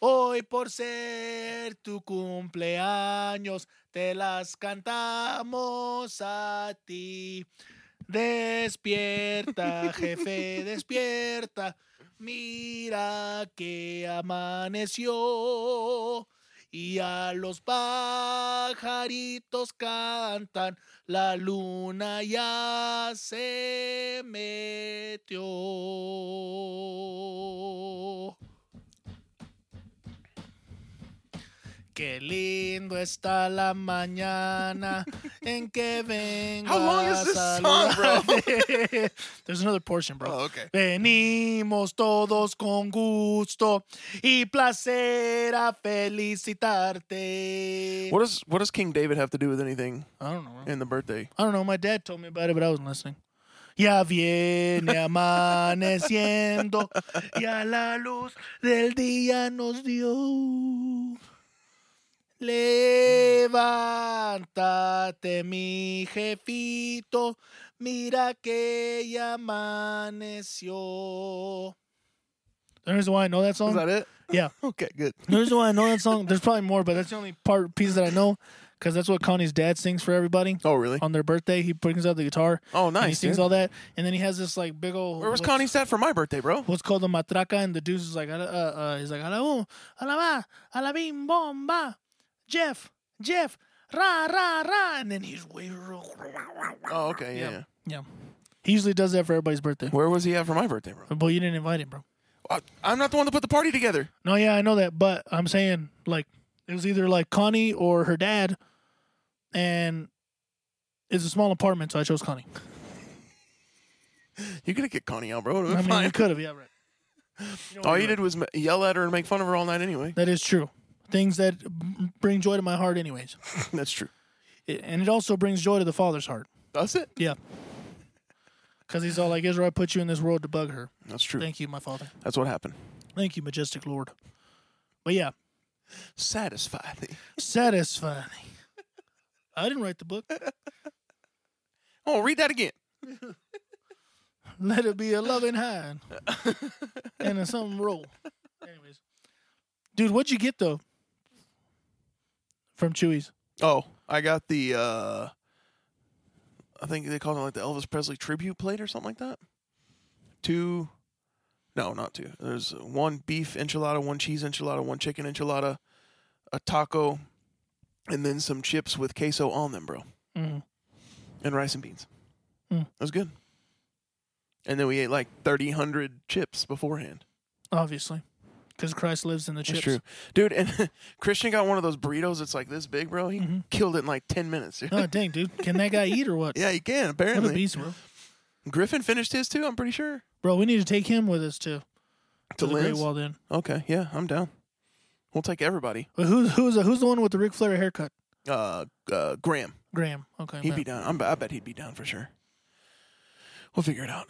Hoy por ser tu cumpleaños, te las cantamos a ti. Despierta, jefe, despierta. Mira que amaneció y a los pajaritos cantan. La luna ya se metió. Qué lindo está la mañana en que vengo.
How long
a
is this song, bro?
saludarte. There's another portion, bro.
Oh, okay.
Venimos todos con gusto y placer a felicitarte.
What does what does King David have to do with anything
I don't know. man.
in the birthday?
I don't know. My dad told me about it, but I wasn't listening. Ya viene amaneciendo y a la luz del día nos dio. Levántate, mi jefito, mira que ya amaneció. The reason why I know that
Is
song,
that it?
Um, yeah.
Okay, good.
The reason why I know that song, there's probably more, but that's the only part piece that I know, because that's what Connie's dad sings for everybody
Oh, really?
on their birthday. He brings out the guitar.
Oh,
Um, and he
nice.
sings
Dude.
all that, and then he has this like big old.
Where was
what's-
Connie's dad for my birthday, bro?
What's called the matraca, and the dude's is like, uh, uh, uh, he's like, a la um, a la va, a la bim bomba, Jeff, Jeff, ra ra ra, and then he's way.
Oh, okay, yeah.
Yeah.
yeah.
Yeah, he usually does that for everybody's birthday.
Where was he at for my birthday, bro?
But you didn't invite him, bro.
I, I'm not the one that put the party together.
No, yeah, I know that, but I'm saying like it was either like Connie or her dad, and it's a small apartment, so I chose Connie.
You could have kicked Connie out, bro. It would've
I
been
mean,
fine.
you could have, yeah, right. know
All
what you're
you
right.
did was m- yell at her and make fun of her all night anyway.
That is true. Things that b- bring joy to my heart, anyways.
That's true.
It, and it also brings joy to the father's heart.
That's it.
Yeah. Because he's all like, Israel, I put you in this world to bug her.
That's true.
Thank you, my father.
That's what happened.
Thank you, majestic lord. But yeah,
Satisfied.
satisfying. I didn't write the book.
Oh, read that again.
Let it be a loving hind and a something roll. Anyways. Dude, what'd you get, though? From Chewy's.
Oh, I got the. uh I think they called it like the Elvis Presley tribute plate or something like that. Two. No, not two. There's one beef enchilada, one cheese enchilada, one chicken enchilada, a taco, and then some chips with queso on them, bro,
Mm.
and rice and beans.
Mm.
That was good. And then we ate like 3,000 chips beforehand.
Obviously. Because Christ lives in the chips.
That's true, dude. And Christian got one of those burritos. It's like this big, bro. He
Mhm.
killed it in like ten minutes. dude.
Oh, dang, dude. Can that guy eat or what?
yeah, he can
What a
apparently.
beast, bro.
Griffin finished his too. I'm pretty sure.
Bro, we need to take him with us too.
To
the Great
Lynn's.
Wall then.
Okay, yeah, I'm down. We'll take everybody.
But who's who's the, who's the one with the Ric Flair haircut?
Uh, uh Graham.
Graham. Okay.
He'd
man.
be down. I'm, I bet he'd be down for sure. We'll figure it out.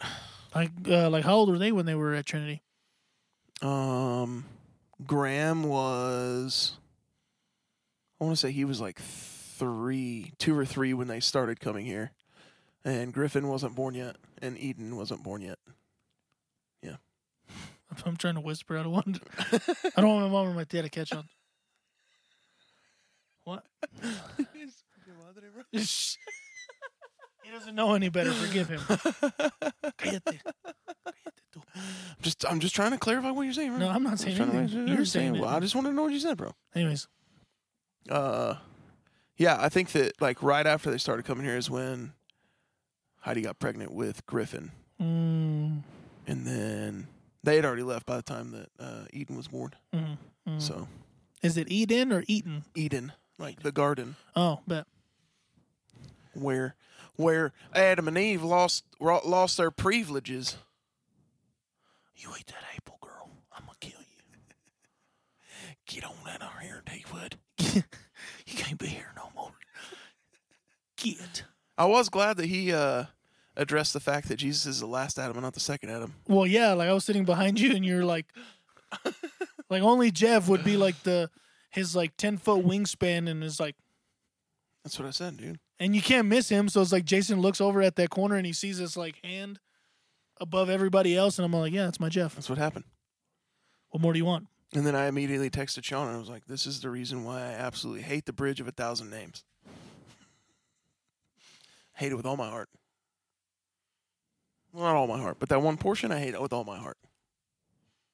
like uh, like how old were they when they were at Trinity?
Um, Graham was. I want to say he was like three, two or three when they started coming here, and Griffin wasn't born yet, and Eden wasn't born yet.
I'm trying to whisper. I don't want. I don't want my mom or my dad to catch on. What? he doesn't know any better. Forgive him. Cállate. Cállate tú.
Just, I'm just trying to clarify what you're saying. Bro.
No, I'm not
Just
saying
trying to-
anything.
I'm
You're
just
saying
Well, I
it.
just want to know what you said, bro.
Anyways,
Uh, yeah, I think that like right after they started coming here is when Heidi got pregnant with Griffin,
mm,
and then they had already left by the time that uh, Eden was born.
mm, mm.
So
is it Eden or Eaton?
Eden, like the garden
Oh, bet.
where where Adam and Eve lost ro- lost their privileges.
You ate that apple, girl. I'm gonna kill you.
Get on that out here, David.
you can't be here no more. Get.
I was glad that he uh, addressed the fact that Jesus is the last Adam and not the second Adam.
Well, yeah, like I was sitting behind you, and you're like, like only Jeff would be like the his like ten foot wingspan, and is like,
That's what I said, dude.
and you can't miss him. So it's like Jason looks over at that corner, and he sees this like hand above everybody else, and I'm like, yeah, that's my Jeff.
That's what happened.
What more do you want?
And then I immediately texted Sean and I was like, this is the reason why I absolutely hate the bridge of a thousand names. Hate it with all my heart. Well, not all my heart, but that one portion I hate it with all my heart.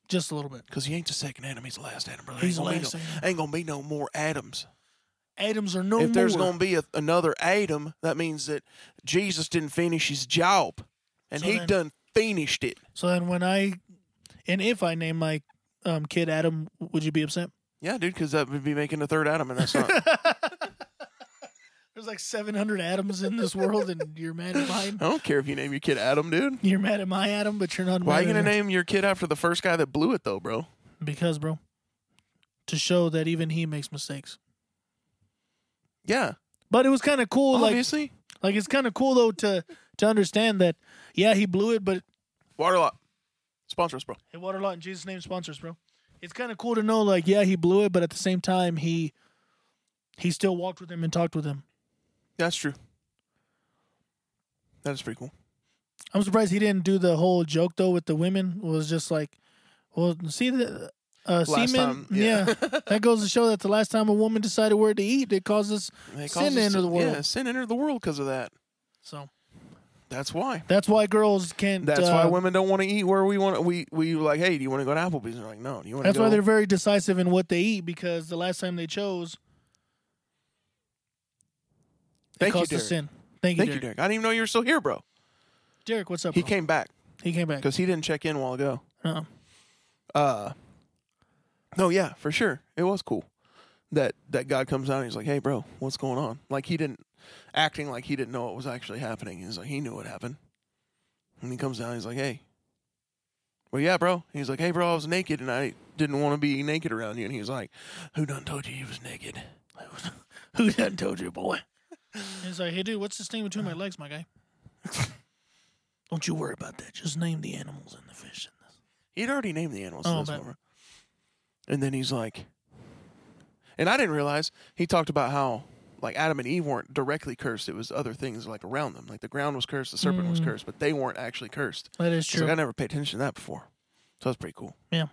Just a little bit.
Because he ain't the second Adam, he's the last Adam, brother.
He's
ain't gonna
the
be
last
no,
Adam.
Ain't gonna be no more Adams.
Adams are no
if
more.
there's gonna be a, another Adam, that means that Jesus didn't finish his job, and
So
he
then-
done finished it.
so then, when I and if I name my um, kid Adam, would you be upset?
Yeah, dude, because that would be making a third atom, and that's not.
There's like 700 atoms in this world, and you're mad at mine.
I don't care if you name your kid Adam, dude.
You're mad at my atom, but you're not.
Why are
mad
you
at
gonna
her.
name your kid after the first guy that blew it, though, bro?
Because, bro, to show that even he makes mistakes.
Yeah,
But it was kind of cool. Like,
obviously.
like it's kind of cool though to to understand that. Yeah, he blew it, but
Waterlot, sponsor us, bro.
Hey, Waterlot in Jesus' name sponsors, bro. It's kind of cool to know, like, yeah, he blew it, but at the same time, he he still walked with him and talked with him.
That's true. That is pretty cool.
I'm surprised he didn't do the whole joke though with the women. It was just like, well, see the uh,
Last
semen,
time, yeah.
that goes to show that the last time a woman decided where to eat, it causes
They
Sin
caused us
entered
to-
the world.
Yeah, sin entered the world because of that.
so.
That's why.
That's why girls can't.
That's
uh,
why women don't want to eat where we want. We we were like, hey, do you want to go to Applebee's? And they're like, no. Do you want to
That's
go?
why they're very decisive in what they eat because the last time they chose,
Thank
it
you,
caused a
Derek.
sin. Thank you,
Thank you,
Derek.
Derek. I didn't even know you were still here, bro.
Derek, what's up?
He
bro?
came back
He came back.
because he didn't check in a while ago.
Uh-uh.
Uh, no, yeah, for sure, it was cool that that God comes down. And he's like, hey, bro, what's going on? Like he didn't acting like he didn't know what was actually happening. He's like, he knew what happened. And he comes down. He's like, hey. Well, yeah, bro. He's like, hey, bro, I was naked and I didn't want to be naked around you. And he's like, who done told you you was naked?
Who done told you, boy? He's like, hey, dude, what's this thing between my legs, my guy? Don't you worry about that. Just name the animals and the fish. in this.
He'd already named the animals.
Oh,
Oh, this
but-
one. And then he's like, and I didn't realize he talked about how like Adam and Eve weren't directly cursed. It was other things like around them. Like the ground was cursed, the serpent was
Mm.
cursed, but they weren't actually cursed.
That is
It's
true.
Like I never paid attention to that before. So that's pretty cool.
Yeah.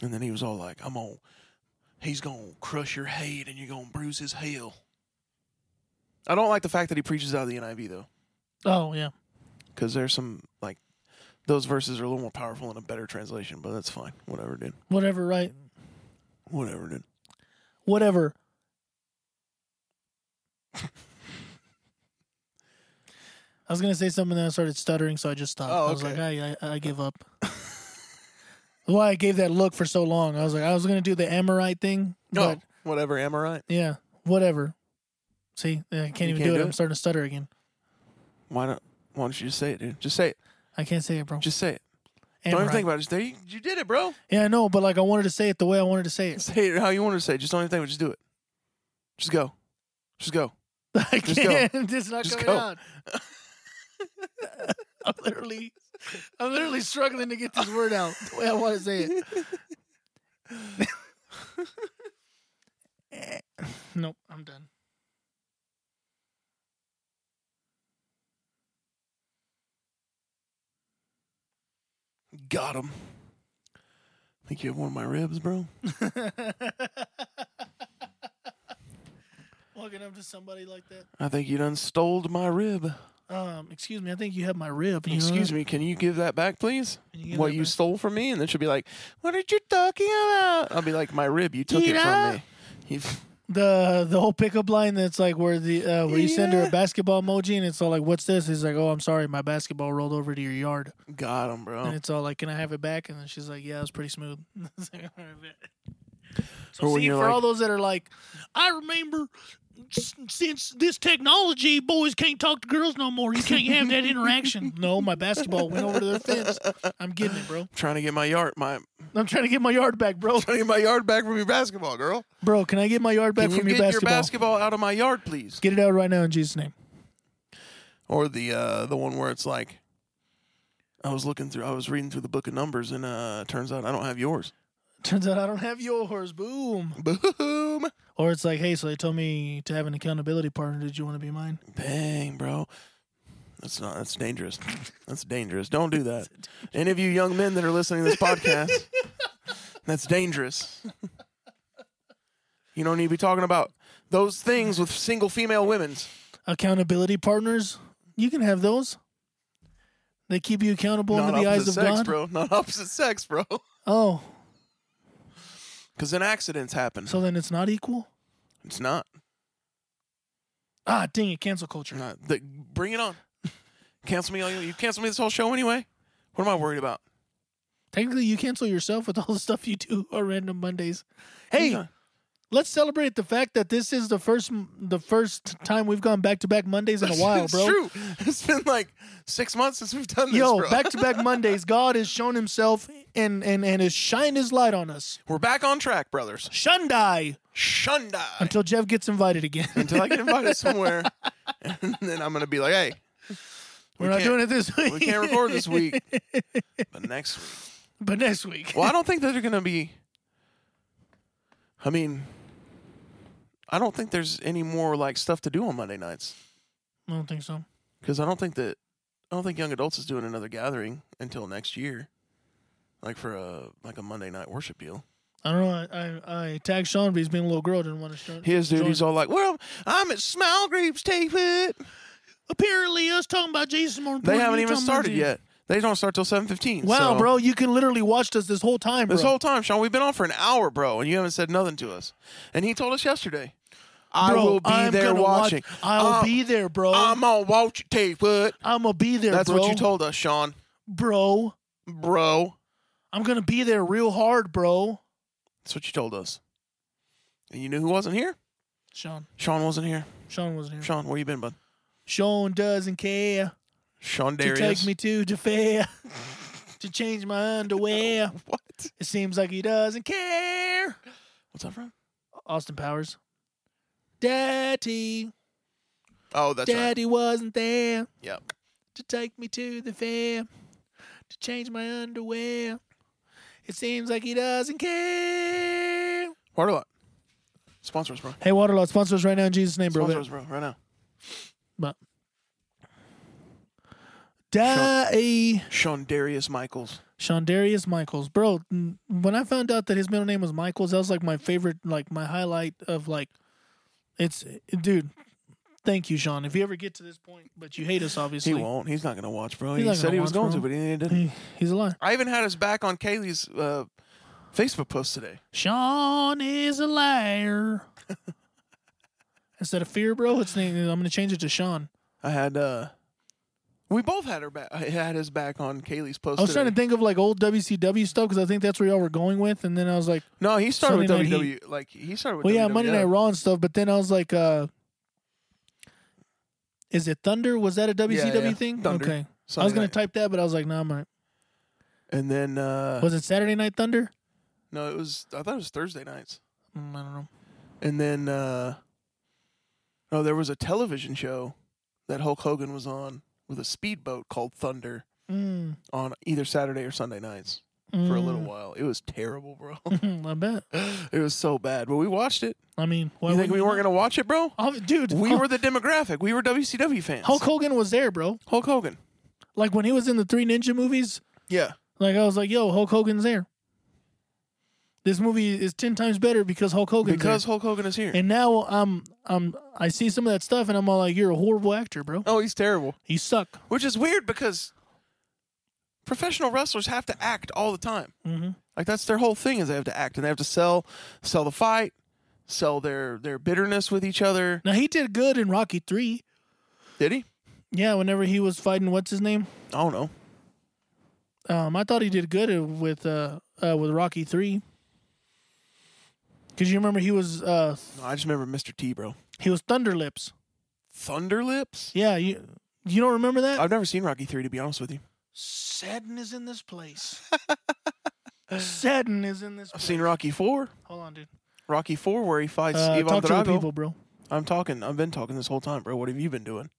And then he was all like, I'm on, he's going to crush your head and you're going to bruise his heel. I don't like the fact that he preaches out of the NIV though,
oh, yeah.
because there's some like, those verses are a little more powerful in a better translation, but that's fine. Whatever, dude.
Whatever, right?
Whatever, dude.
Whatever. I was going to say something, then I started stuttering, so I just stopped.
Oh,
I was
okay.
like, I, I, I give up. Why I gave that look for so long. I was like, I was going to do the Amorite thing,
No,
but
whatever. Am I right?
yeah, whatever. See, I can't even
can't
do it.
do
I'm
it?
starting to stutter again.
Why not? Why don't you just say it, dude? Just say it.
I can't say it, bro.
Just say it.
Am
don't
right.
even think about it. Just there. You, you did it, bro.
Yeah, I know, but like I wanted to say it the way I wanted to say it.
Say it how you want to say. it. Just don't even think. about it. Just do it. Just go. Just go.
I
Just go.
can't. It's not
Just
coming
go.
out. I'm literally, I'm literally struggling to get this word out the way I want to say it. nope, I'm done.
Got him. Think you have one of my ribs, bro?
Walking up to somebody like that.
I think you done stole my rib.
Um, excuse me, I think you have my rib. You
Excuse me. Can you give that back, please?
Can you give
what
that
you
back?
stole from me? And then she'll be like, "What are you talking about?" I'll be like, "My rib. You took it
Tira.
from me." You f-
the the whole pickup line that's like where the uh, where you send her a
Yeah.
basketball emoji and it's all like what's this he's like oh i'm sorry my basketball rolled over to your yard
Got him, bro.
and it's all like can i have it back and then she's like yeah it was pretty smooth It's like, "All right,
Or when
bet." so see for
you're like-
all those that are like i remember s- since this technology boys can't talk to girls no more you can't have that interaction no my basketball went over to their fence i'm getting it bro
trying to get my yard, my
i'm trying to get my yard back bro
trying to get my yard back from your basketball, girl.
bro can i get my yard back
Can you
from
get
your basketball?
your basketball out of my yard, please?
get it out right now in jesus name
Or the uh, the one where it's like, I was looking through, I was reading through the book of Numbers, and uh, turns out I don't have yours.
Turns out I don't have yours. Boom.
Boom!
Or it's like, hey, so they told me to have an accountability partner. Did you want to be mine?
Dang, bro. That's not. That's dangerous. That's dangerous. Don't do that. Any of you young men that are listening to this podcast, that's dangerous. You don't need to be talking about those things with single female women's.
Accountability partners? You can have those. They keep you accountable
Not
in the eyes
opposite
of
sex,
God.
bro. Not opposite sex, bro.
Oh,
Because then accidents happen.
so then it's not equal?
It's not.
Ah, dang it, cancel culture.
Not the, bring it on. cancel me all you. You cancel me this whole show anyway. What am I worried about?
Technically, you cancel yourself with all the stuff you do on random Mondays. Hey,
Yeah.
let's celebrate the fact that this is the first the first time we've gone back to back Mondays in a while,
it's
bro.
true. It's been like six months since we've done this,
Yo,
bro.
back to back Mondays, God has shown Himself and and and has shined His light on us.
We're back on track, brothers.
Shundai
Shundai.
until Jeff gets invited again.
Until I get invited somewhere, and then I'm gonna be like, hey, we
We're not
can't-
doing it this week.
we can't record this week, but next week.
but next week.
Well, I don't think that they're gonna be. I mean, I don't think there's any more like stuff to do on Monday nights
I don't think so.
because I don't think that I don't think Young Adults is doing another gathering until next year, like for a like a Monday night worship deal.
I don't know. I I, I tagged Sean, but he's being a little girl. Didn't want to start.
His dude,
join.
he's all like, "Well, I'm at Smile Groups, tape it."
apparently us talking about Jesus more.
They
important
haven't
than
even
talking about
started
Jesus.
yet. They don't start till seven fifteen.
Wow,
so
bro, you can literally watch us this whole time, bro.
This whole time, Sean, we've been on for an hour, bro, and you haven't said nothing to us. And he told us yesterday, "I
Bro,
will be
I'm
there
gonna watch-
watching.
I will
Um,
be there, bro.
I'm
I'm,
on watch tape it."
gonna be there,
That's
bro.
what you told us, Sean.
bro.
Bro,
I'm gonna be there real hard, bro.
that's what you told us. And you knew who wasn't here?
Sean,
Sean wasn't here.
Sean wasn't here.
Sean, where you been, bud?
Sean doesn't care
Sean
to take
Darius.
me to the fair to change my underwear.
what?
It seems like he doesn't care.
What's up, bro?
Austin Powers. Daddy,
Oh, that's right.
Daddy wasn't there.
Yep.
to take me to the fair to change my underwear. It seems like he doesn't care.
Waterlot. Sponsor us, bro.
Hey, Waterlaw, sponsor us right now in Jesus' name, bro.
Sponsor us, bro, right now.
But Dai
Sean Darius Michaels.
Shondarius Michaels, bro. n- When I found out that his middle name was Michaels, that was like my favorite, like my highlight of like, it's dude. Thank you, Sean. If you ever get to this point, but you hate us, obviously.
He won't. He's not gonna watch, bro.
He's
he
not
said
gonna
he was
watch,
going
bro.
to, but he didn't.
He- he's a liar.
I even had his back on Kaylee's uh, Facebook post today.
Sean is a liar. Instead of fear, bro, it's I'm gonna change it to Sean.
I had uh, we both had her back. I had his back on Kaylee's post.
I was
today.
trying to think of like old WCW stuff because I think that's where y'all were going with, and then I was like,
No, he started
Sunday
with
Night
WWE. Like he started with. E,
well, yeah,
WWF.
Monday Night Raw and stuff, but then I was like, uh is it Thunder? Was that a WCW
yeah.
thing?
Thunder.
Okay,
Sunday
I was gonna
night.
type that, but I was like, nah, I'm all right.
and then uh,
Was it Saturday Night Thunder?
no, it was. I thought it was Thursday nights.
Mm, I don't know.
And then uh, no, there was a television show that Hulk Hogan was on with a speedboat called Thunder
Mm,
on either Saturday or Sunday nights for a little
mm.
while. It was terrible, bro.
I bet.
it was so bad, but we watched it.
I mean, why
You think
wouldn't
we
you
weren't
know?
gonna watch it, bro?
Oh, dude,
We
Hulk-
were the demographic. We were WCW fans.
Hulk Hogan was there, bro.
Hulk Hogan.
Like when he was in the Three Ninja movies,
Yeah.
like I was like, "Yo, Hulk Hogan's there." This movie is ten times better because Hulk Hogan's
Because Hulk Hogan is here.
there. And now I'm, I'm, I see some of that stuff, and I'm all like, "You're a horrible actor, bro.
oh, he's terrible.
You suck."
Which is weird because professional wrestlers have to act all the time.
Mm-hmm.
Like that's their whole thing is they have to act and they have to sell sell the fight, sell their their bitterness with each other.
Now he did good in Rocky Three.
Did he?
Yeah, whenever he was fighting, what's his name?
I don't know.
Um, I thought he did good with uh, uh with Rocky Three. Cause you remember he was uh
No, I just remember Mr. T, bro.
he was Thunderlips.
Thunderlips?
Yeah, you you don't remember that?
I've never seen Rocky 3 to be honest with you.
Sadness in this place. Sadness in this
I've
place.
seen Rocky 4.
Hold on, dude.
Rocky 4 where he fights
Uh,
Ivan
talk to the
Drago.
people, bro.
I'm talking. I've been talking this whole time, bro. What have you been doing?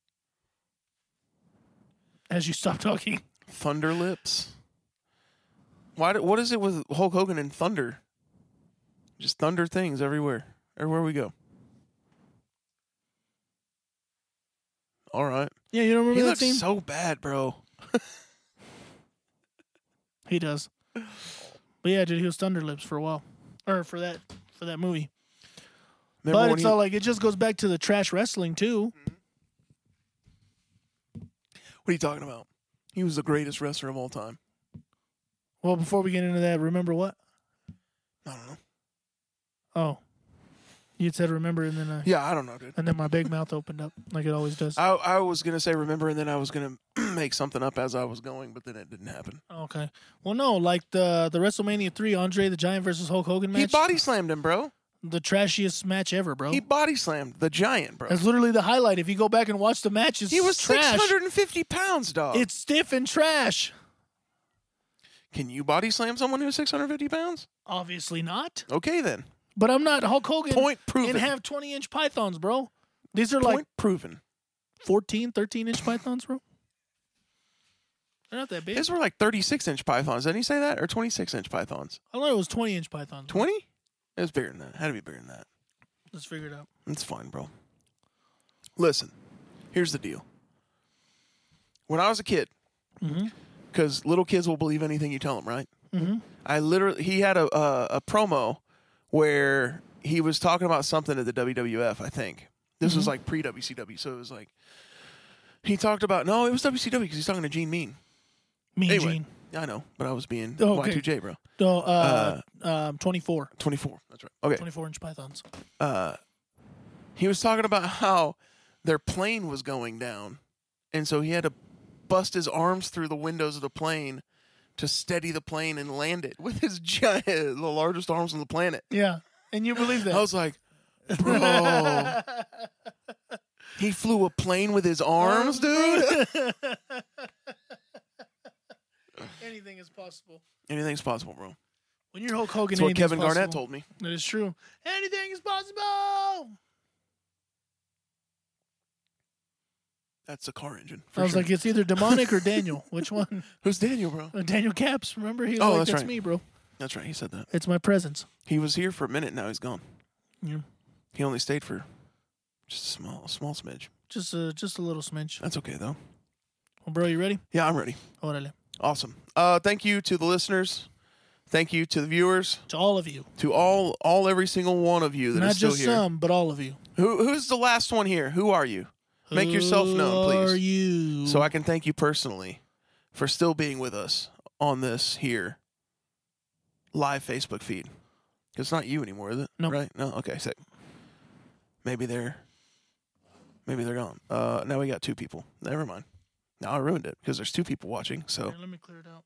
As you stop talking,
Thunder lips. Why? Do, what is it with Hulk Hogan and thunder? Just thunder things everywhere, everywhere we go. All right.
yeah, you don't remember
he
that
looks
scene?
so bad, bro.
he does. But yeah, dude, he was Thunderlips for a while, or for that for that movie.
Remember
but
when
it's
he-
all like it just goes back to the trash wrestling too.
what are you talking about? He was the greatest wrestler of all time.
Well, before we get into that, remember what?
I don't know.
Oh, you said remember, and then I,
Yeah, I don't know, dude.
and then my big mouth opened up like it always does.
I I was gonna say remember, and then I was gonna make something up as I was going, but then it didn't happen.
Okay. Well, no, like the the WrestleMania three, Andre the Giant versus Hulk Hogan
He
match,
body slammed him, bro.
the trashiest match ever, bro.
He body slammed the giant, bro.
That's literally the highlight. If you go back and watch the match, it's
He was
trash.
650 pounds, dog.
It's stiff and trash.
Can you body slam someone who's 650 pounds?
Obviously not.
Okay, then.
But I'm not Hulk Hogan
Point proven.
and have 20 inch pythons, bro. These are
Point
like
proven.
14, 13 inch pythons, bro. They're not that big.
His were like 36 inch pythons. Didn't he say that? Or 26 inch pythons?
I thought it was 20 inch pythons.
20? It was bigger than that. Had to be bigger than that.
Let's figure it out.
It's fine, bro. Listen, here's the deal. When I was a kid,
Mhm.
because little kids will believe anything you tell them, right?
Mhm.
I literally, he had a, a a promo where he was talking about something at the WWF. I think this
Mm-hmm.
was like pre WCW, so it was like he talked about no, it was WCW because he's talking to Gene Mean.
Mean
Anyway,
Gene.
I know, but I was being
Oh, okay.
Y2J, bro.
No, uh, um, 24.
Twenty four. That's right. Okay.
24 inch pythons.
uh, he was talking about how their plane was going down, and so he had to bust his arms through the windows of the plane to steady the plane and land it with his giant, the largest arms on the planet.
Yeah. And you believe that?
I was like, bro, he flew a plane with his Oh, arms, dude.
Anything is possible.
Anything's possible, bro.
When you're Hulk Hogan,
That's what
anything's
Kevin Garnett
possible.
told me.
That is true. Anything is possible.
That's a car engine. for
I was
sure.
like, it's either demonic or Daniel. Which one?
who's Daniel, bro?
Uh, Daniel Caps. Remember, he was
Oh,
like,
that's
"That's
right.
me, bro.
That's right. He said that.
It's my presence."
He was here for a minute. Now he's gone.
Yeah.
He only stayed for just a small, small smidge.
Just a just a little smidge.
That's okay though.
Well, bro, you ready?
Yeah, I'm ready.
Órale.
Awesome. Uh, thank you to the listeners. Thank you to the viewers.
To all of you,
To all, all every single one of you that
not
is still
just
here.
some, but all of you.
Who, who's the last one here? Who are you? Make yourself
Who
known, please.
Are you?
So I can thank you personally for still being with us on this here live Facebook feed. 'Cause It's not you anymore, is it?
No.
Right? No. Okay. Sick. Maybe they're maybe they're gone. Uh, now we got two people. Never mind. Now I ruined it because there's two people watching. So
Here, let me clear it out.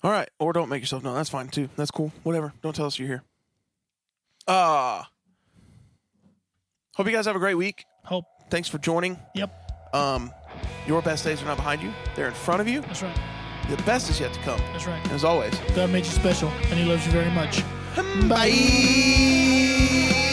All right, or don't make yourself known. That's fine too. That's cool. Whatever. Don't tell us you're here. Ah. hope you guys have a great week.
Hope.
Thanks for joining.
Yep,
Um, your best days are not behind you; they're in front of you.
that's right.
The best is yet to come.
That's right.
And As always.
God made you special, and He loves you very much.
Bye.